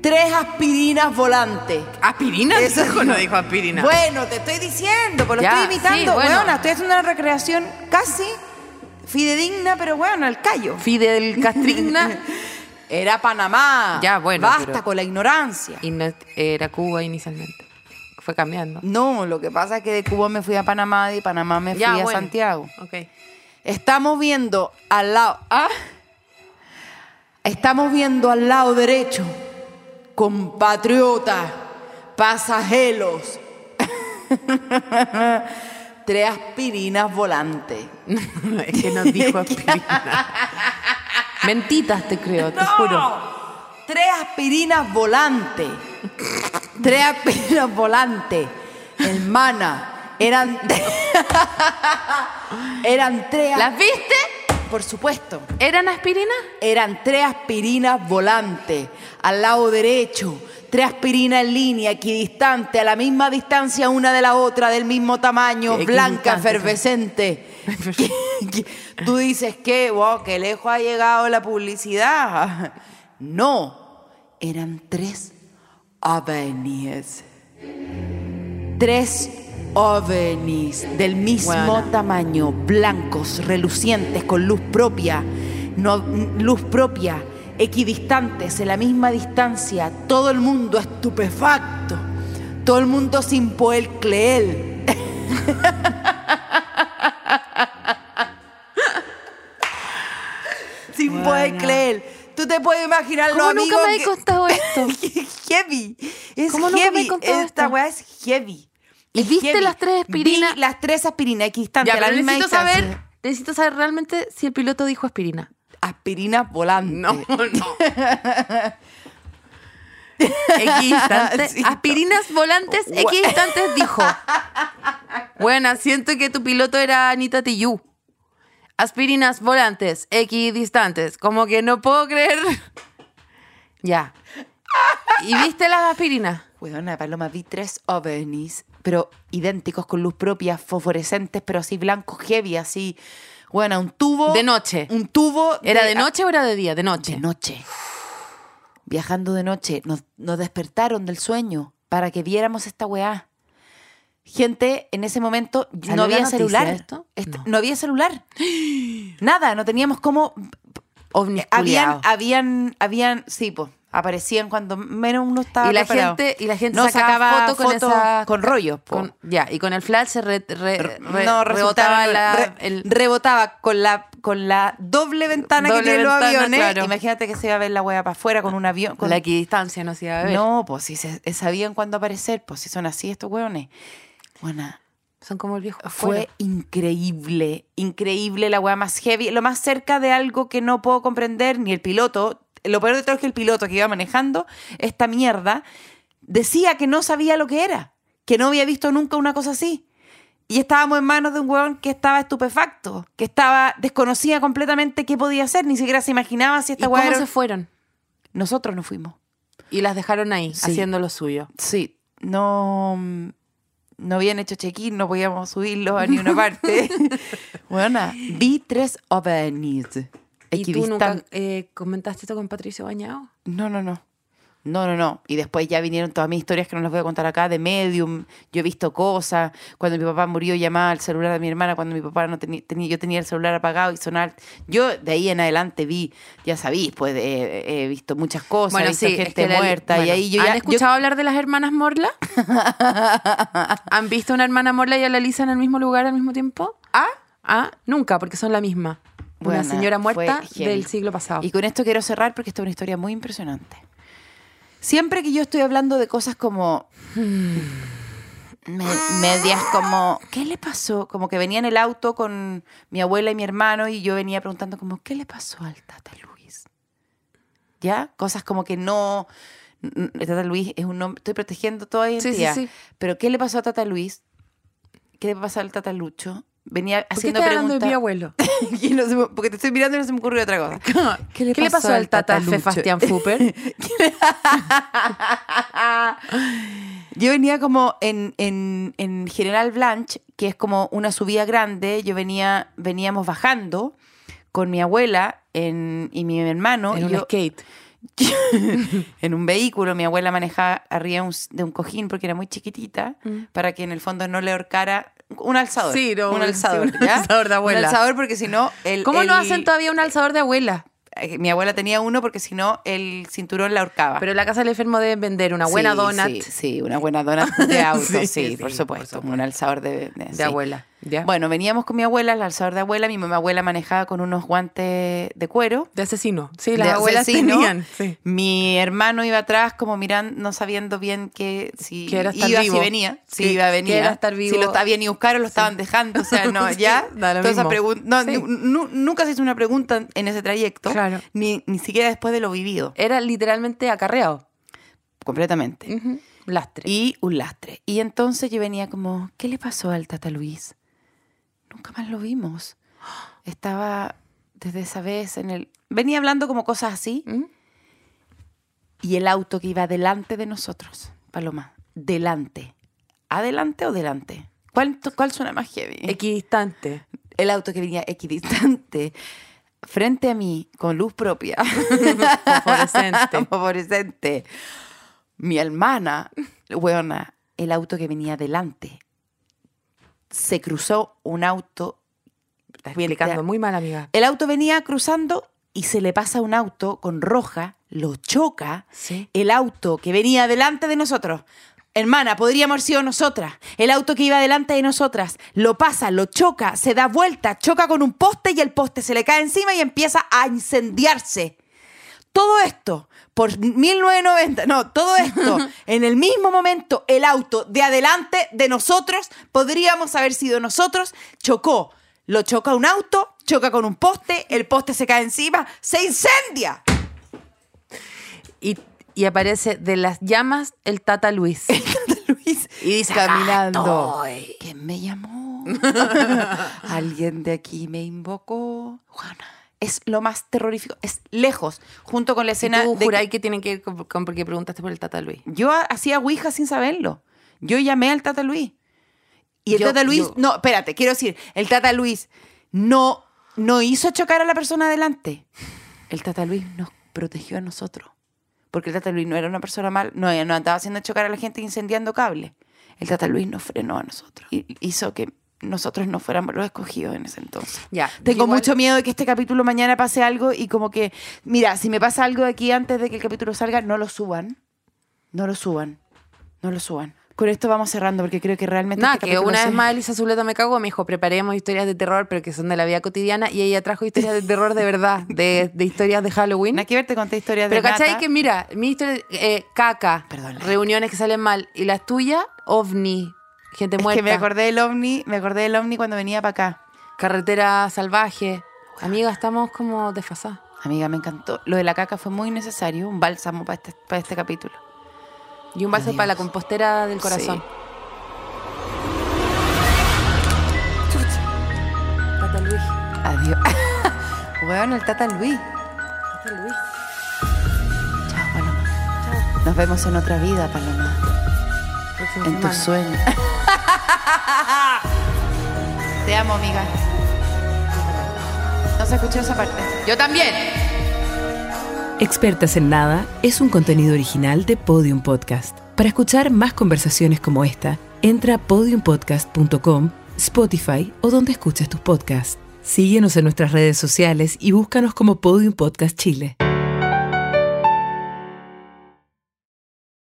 Speaker 2: Tres aspirinas
Speaker 5: [LAUGHS]
Speaker 2: volantes.
Speaker 4: ¿Aspirina?
Speaker 2: Eso-
Speaker 4: dijo, no dijo aspirina.
Speaker 2: Bueno, te estoy diciendo, pero
Speaker 5: Ya,
Speaker 2: estoy imitando.
Speaker 5: sí, bueno.
Speaker 2: Weona, estoy haciendo una recreación casi fidedigna, pero bueno, al callo.
Speaker 5: Fidel [LAUGHS] Castrigna.
Speaker 2: Era Panamá.
Speaker 5: Ya, bueno,
Speaker 2: Basta
Speaker 5: pero-
Speaker 2: con la ignorancia.
Speaker 5: y no era Cuba inicialmente. Fue cambiando.
Speaker 2: No, lo que pasa es que de Cuba me fui a Panamá y de Panamá me fui a
Speaker 5: bueno.
Speaker 2: Santiago.
Speaker 5: Ok.
Speaker 2: Estamos viendo al lado.
Speaker 5: [LAUGHS]
Speaker 2: ah, Estamos viendo al lado derecho. Compatriotas, pasajeros. [LAUGHS] Tres aspirinas volantes. [LAUGHS]
Speaker 5: Es que nos dijo aspirina. Mentitas te creo, te juro.
Speaker 2: tres aspirinas volante. Tres aspirinas volante. Hermana, eran [LAUGHS] tres. eran tres.
Speaker 5: ¿Las viste?
Speaker 2: Por supuesto.
Speaker 5: ¿Eran aspirinas?
Speaker 2: Eran tres aspirinas volantes al lado derecho, tres aspirinas en línea, equidistante, a la misma distancia una de la otra, del mismo tamaño, blanca, efervescente. Que- que- Tú dices que, wow, qué lejos ha llegado la publicidad. No, eran tres ovnis. Tres ovnis del mismo tamaño, blancos, relucientes, con luz propia, no, luz propia, equidistantes, en la misma distancia, todo el mundo estupefacto, todo el mundo sin poder creer. [LAUGHS] sin poder creer. Tú te puedes imaginar lo
Speaker 5: ¿Cómo nunca
Speaker 2: amigos
Speaker 5: me habéis
Speaker 2: que-
Speaker 5: contado
Speaker 2: [LAUGHS]
Speaker 5: esto?
Speaker 2: heavy. Es
Speaker 5: ¿Cómo nunca me
Speaker 2: heavy.
Speaker 5: he contado
Speaker 2: Esta
Speaker 5: esto?
Speaker 2: weá es heavy.
Speaker 5: ¿Y
Speaker 2: Es
Speaker 5: viste las tres aspirinas?
Speaker 2: Vi las tres aspirinas equidistantes
Speaker 5: Ya,
Speaker 2: a la
Speaker 5: pero
Speaker 2: misma
Speaker 5: necesito
Speaker 2: distancia.
Speaker 5: saber, necesito saber realmente si el piloto dijo aspirina.
Speaker 2: Aspirinas volando.
Speaker 1: No,
Speaker 5: eh,
Speaker 1: no.
Speaker 5: Equidistantes.
Speaker 2: [LAUGHS] Sí.
Speaker 5: aspirinas volantes equidistantes dijo. Buena, siento que tu piloto era Anita Tijoux. Aspirinas volantes equidistantes. Como que no puedo creer. [LAUGHS] Ya. ¿Y viste las aspirinas?
Speaker 2: Weona, Paloma, vi tres ovnis, pero idénticos con luz propia, fosforescentes, pero así blancos heavy, así. Bueno, un tubo.
Speaker 5: De noche.
Speaker 2: Un tubo.
Speaker 5: ¿Era de noche o era de día? De noche.
Speaker 2: De eh, noche. Viajando de noche. Nos, nos despertaron del sueño para que viéramos esta weá. Gente, en ese momento
Speaker 5: ¿Salió
Speaker 2: no
Speaker 5: la
Speaker 2: había
Speaker 5: noticia
Speaker 2: celular.
Speaker 5: de esto?
Speaker 2: Est-
Speaker 5: No.
Speaker 2: no. había celular. Nada, no teníamos cómo.
Speaker 5: Ovnis
Speaker 2: Habían, ah,
Speaker 5: culiaos.
Speaker 2: habían, habían, sí, pues, aparecían cuando menos uno estaba
Speaker 5: y la
Speaker 2: preparado.
Speaker 5: gente y la gente
Speaker 2: No,
Speaker 5: sacaba,
Speaker 2: sacaba
Speaker 5: fotos con
Speaker 2: fotos
Speaker 5: esa-
Speaker 2: con rollos, po.
Speaker 5: con- ya y con el flash se re- re- re- rebotaba
Speaker 2: no, resultaba
Speaker 5: la- el-
Speaker 2: rebotaba con la con la doble ventana
Speaker 5: Doble
Speaker 2: que tienen los
Speaker 5: ventana,
Speaker 2: aviones.
Speaker 5: claro.
Speaker 2: Imagínate que se iba a ver la weá para afuera con un avión. con-
Speaker 5: la equidistancia no se iba a ver
Speaker 2: No, pues si se, eh, sabían cuándo aparecer, pues si son así estos hueones. Bueno,
Speaker 5: son como el viejo
Speaker 2: fue
Speaker 5: afuera.
Speaker 2: increíble, increíble la weá más heavy, lo más cerca de algo que no puedo comprender, ni el piloto, lo peor de todo es que el piloto que iba manejando esta mierda decía que no sabía lo que era, que no había visto nunca una cosa así. Y estábamos en manos de un weón que estaba estupefacto, que estaba desconocía completamente qué podía hacer, ni siquiera se imaginaba
Speaker 5: y
Speaker 2: si esta
Speaker 5: cómo
Speaker 2: weá era-
Speaker 5: se fueron
Speaker 2: Nosotros nos fuimos.
Speaker 5: y las dejaron ahí
Speaker 2: Sí.
Speaker 5: haciendo lo suyo
Speaker 2: Sí, no, mm, no habían hecho check-in, no podíamos subirlos a ninguna
Speaker 5: [LAUGHS]
Speaker 2: parte. bueno, vi tres ovnis.
Speaker 5: y tú nunca
Speaker 2: equidistan-
Speaker 5: eh, comentaste esto con Patricio Bañado
Speaker 2: No, no, no. No, no, no. Y después ya vinieron todas mis historias que no las voy a contar acá de medium. Yo he visto cosas. Cuando mi papá murió llamaba al celular de mi hermana. Cuando mi papá no tenía, tenía- yo tenía el celular apagado y sonar. Yo de ahí en adelante vi, ya sabís, pues eh, he visto muchas cosas. he visto gente
Speaker 5: es que la-
Speaker 2: muerta. y
Speaker 5: bueno,
Speaker 2: ahí yo
Speaker 5: ¿Han
Speaker 2: ya, yo-
Speaker 5: escuchado hablar de las hermanas
Speaker 2: [LAUGHS]
Speaker 5: Morla? ¿Han visto a una hermana Morla y a la Lisa en el mismo lugar al mismo tiempo? ¿Ah? Ah, nunca, porque son la misma.
Speaker 2: Buena,
Speaker 5: una señora
Speaker 2: fue
Speaker 5: muerta
Speaker 2: heavy.
Speaker 5: del siglo pasado.
Speaker 2: Y con esto quiero cerrar porque esta es una historia muy impresionante. Siempre que yo estoy hablando de cosas como.
Speaker 5: Hmm.
Speaker 2: me- medias como. ¿Qué le pasó? Como que venía en el auto con mi abuela y mi hermano y yo venía preguntando, como, ¿qué le pasó al Tata Luis? ¿Ya? Cosas como que no. n- n- Tata Luis es un nombre. Estoy protegiendo toda
Speaker 5: sí,
Speaker 2: identidad.
Speaker 5: sí.
Speaker 2: Pero ¿qué le pasó a Tata Luis? ¿Qué le pasó al Tata Lucho? Venía
Speaker 5: ¿Por qué
Speaker 2: haciendo
Speaker 5: estás hablando de mi
Speaker 2: preguntas. [LAUGHS]
Speaker 5: abuelo?
Speaker 2: Y no se me- porque te estoy mirando y no se me ocurrió otra cosa.
Speaker 5: ¿Qué le, pasó al Tata
Speaker 2: Lucho? [LAUGHS]
Speaker 5: Sebastián Fupper?
Speaker 2: Yo venía como en, en, en General Blanche, que es como una subida grande. Yo venía, veníamos bajando con mi abuela en- y mi hermano.
Speaker 5: en
Speaker 2: y
Speaker 5: un
Speaker 2: yo-
Speaker 5: skate.
Speaker 2: en un vehículo. Mi abuela manejaba arriba un s- de un cojín porque era muy chiquitita, para que en el fondo no le ahorcara un alzador.
Speaker 5: Mm. Sí, no,
Speaker 2: un
Speaker 5: un-
Speaker 2: alzador.
Speaker 5: sí, un
Speaker 2: ¿ya?
Speaker 5: alzador de abuela.
Speaker 2: Un alzador porque si no. el-
Speaker 5: ¿Cómo no
Speaker 2: el-
Speaker 5: hacen todavía un alzador de abuela?
Speaker 2: eh, Mi abuela tenía uno porque si no el cinturón la ahorcaba.
Speaker 5: Pero en la casa del enfermo deben vender una buena
Speaker 2: Ah. Sí,
Speaker 5: donut [LAUGHS]
Speaker 2: Sí, sí, una buena donut de auto,
Speaker 5: Sí,
Speaker 2: sí,
Speaker 5: sí,
Speaker 2: por,
Speaker 5: por
Speaker 2: supuesto, Un alzador de,
Speaker 5: de
Speaker 2: sí.
Speaker 5: abuela. Ya.
Speaker 2: Bueno, veníamos con mi abuela, el alzador de abuela, mi mamá abuela manejaba con unos guantes de cuero.
Speaker 5: De asesino. Sí,
Speaker 2: de
Speaker 5: las abuelas
Speaker 2: asesino.
Speaker 5: tenían. Sí.
Speaker 2: Mi hermano iba atrás como mirando, no sabiendo bien que si
Speaker 5: Que era estar
Speaker 2: iba,
Speaker 5: vivo.
Speaker 2: si venía, si
Speaker 5: Que-
Speaker 2: iba, venía.
Speaker 5: que era estar vivo.
Speaker 2: Si lo habían ido a buscar o lo estaban dejando, o sea, no,
Speaker 5: [LAUGHS] Sí,
Speaker 2: ya.
Speaker 5: da lo
Speaker 2: todas esas
Speaker 5: mismo.
Speaker 2: pregun- no,
Speaker 5: Sí.
Speaker 2: nu- nu- nunca se hizo una pregunta en ese trayecto,
Speaker 5: Claro.
Speaker 2: ni, ni siquiera después de lo vivido,
Speaker 5: Era literalmente acarreado.
Speaker 2: completamente.
Speaker 5: Lastre.
Speaker 2: Y un lastre. Y entonces yo venía como, ¿qué le pasó al Tata Luis? Nunca más lo vimos. Estaba desde esa vez en el... Venía hablando como cosas así. Y el auto que iba delante de nosotros, Paloma, delante. ¿Adelante o delante? ¿Cuál, cuál suena más heavy?
Speaker 5: Equidistante.
Speaker 2: el auto que venía equidistante frente a mí con luz [LAUGHS] propia. [LAUGHS]
Speaker 5: Fosforescente. [LAUGHS]
Speaker 2: Fosforescente. Mi hermana, weona, el auto que venía delante. Se cruzó un auto.
Speaker 5: Está explicando muy mal, amiga.
Speaker 2: El auto venía cruzando y se le pasa un auto con roja, lo choca.
Speaker 5: Sí.
Speaker 2: El auto que venía delante de nosotros. Hermana, podríamos haber sido nosotras. El auto que iba delante de nosotras lo pasa, lo choca, se da vuelta, choca con un poste y el poste se le cae encima y empieza a incendiarse. Todo esto por 1990, no, todo esto en el mismo momento el auto de adelante de nosotros, podríamos haber sido nosotros, chocó, lo choca un auto, choca con un poste, el poste se cae encima, se incendia. [LAUGHS]
Speaker 5: Y, y aparece de las llamas el Tata Luis.
Speaker 2: Luis
Speaker 5: Y dice,
Speaker 2: caminando. ¿Quién me [LAUGHS] llamó? Alguien de aquí me invocó. Juana. Es lo más terrorífico. Es lejos, junto con la escena
Speaker 5: ¿Y tú
Speaker 2: de
Speaker 5: juráis
Speaker 2: que-
Speaker 5: que... tienen que ir con, con- porque preguntaste por el Tata Luis.
Speaker 2: Yo ha- hacía Ouija sin saberlo. Yo llamé al Tata Luis. Y el
Speaker 5: Yo-
Speaker 2: Tata Luis,
Speaker 5: yo-
Speaker 2: no, espérate, quiero decir, el Tata Luis no, no hizo chocar a la persona adelante. El Tata Luis nos protegió a nosotros. Porque el Tata Luis no era una persona mal, no, no andaba haciendo chocar a la gente incendiando cables. El Tata Luis nos frenó a nosotros. Y hizo que nosotros no fuéramos los escogidos en ese entonces.
Speaker 5: Ya,
Speaker 2: Tengo
Speaker 5: igual-
Speaker 2: mucho miedo de que este capítulo mañana pase algo y como que, mira, si me pasa algo de aquí antes de que el capítulo salga, no lo suban. No lo suban. No lo suban. Con esto vamos cerrando porque creo que realmente.
Speaker 5: Nada,
Speaker 2: este
Speaker 5: que
Speaker 2: capítulo
Speaker 5: una vez
Speaker 2: se-
Speaker 5: más Elisa Zuleta me cagó, me dijo, preparemos historias de terror, pero que son de la vida cotidiana, y ella trajo historias de terror de verdad, de, de historias de Halloween.
Speaker 2: [LAUGHS] Nada que ver, te conté historias
Speaker 5: Pero
Speaker 2: de.
Speaker 5: ¿cachai?
Speaker 2: nata.
Speaker 5: Que mira, mi historia, eh, caca,
Speaker 2: Perdón, la-
Speaker 5: reuniones que salen mal, y las tuyas, ovni, gente
Speaker 2: Es
Speaker 5: muerta,
Speaker 2: que me acordé del ovni, me acordé del ovni cuando venía para acá.
Speaker 5: carretera salvaje. Amiga, estamos como desfasadas.
Speaker 2: Amiga, me encantó. Lo de la caca fue muy necesario, un bálsamo para este, para este capítulo.
Speaker 5: Y un vaso
Speaker 2: Adiós.
Speaker 5: para la compostera del corazón. Tata Luis.
Speaker 2: Adiós. [LAUGHS] Weón, el Tata Luis.
Speaker 5: Tata Luis.
Speaker 2: Chao, Paloma. Nos vemos en otra vida, Paloma.
Speaker 5: Próxima
Speaker 2: En tus
Speaker 5: semana.
Speaker 2: sueños. [LAUGHS] Te amo, amiga. No se escuchó esa parte.
Speaker 5: Yo también.
Speaker 3: Expertas en Nada es un contenido original de Podium Podcast. Para escuchar más conversaciones como esta, entra a podiumpodcast.com, Spotify o donde escuches tus podcasts. Síguenos en nuestras redes sociales y búscanos como Podium Podcast Chile.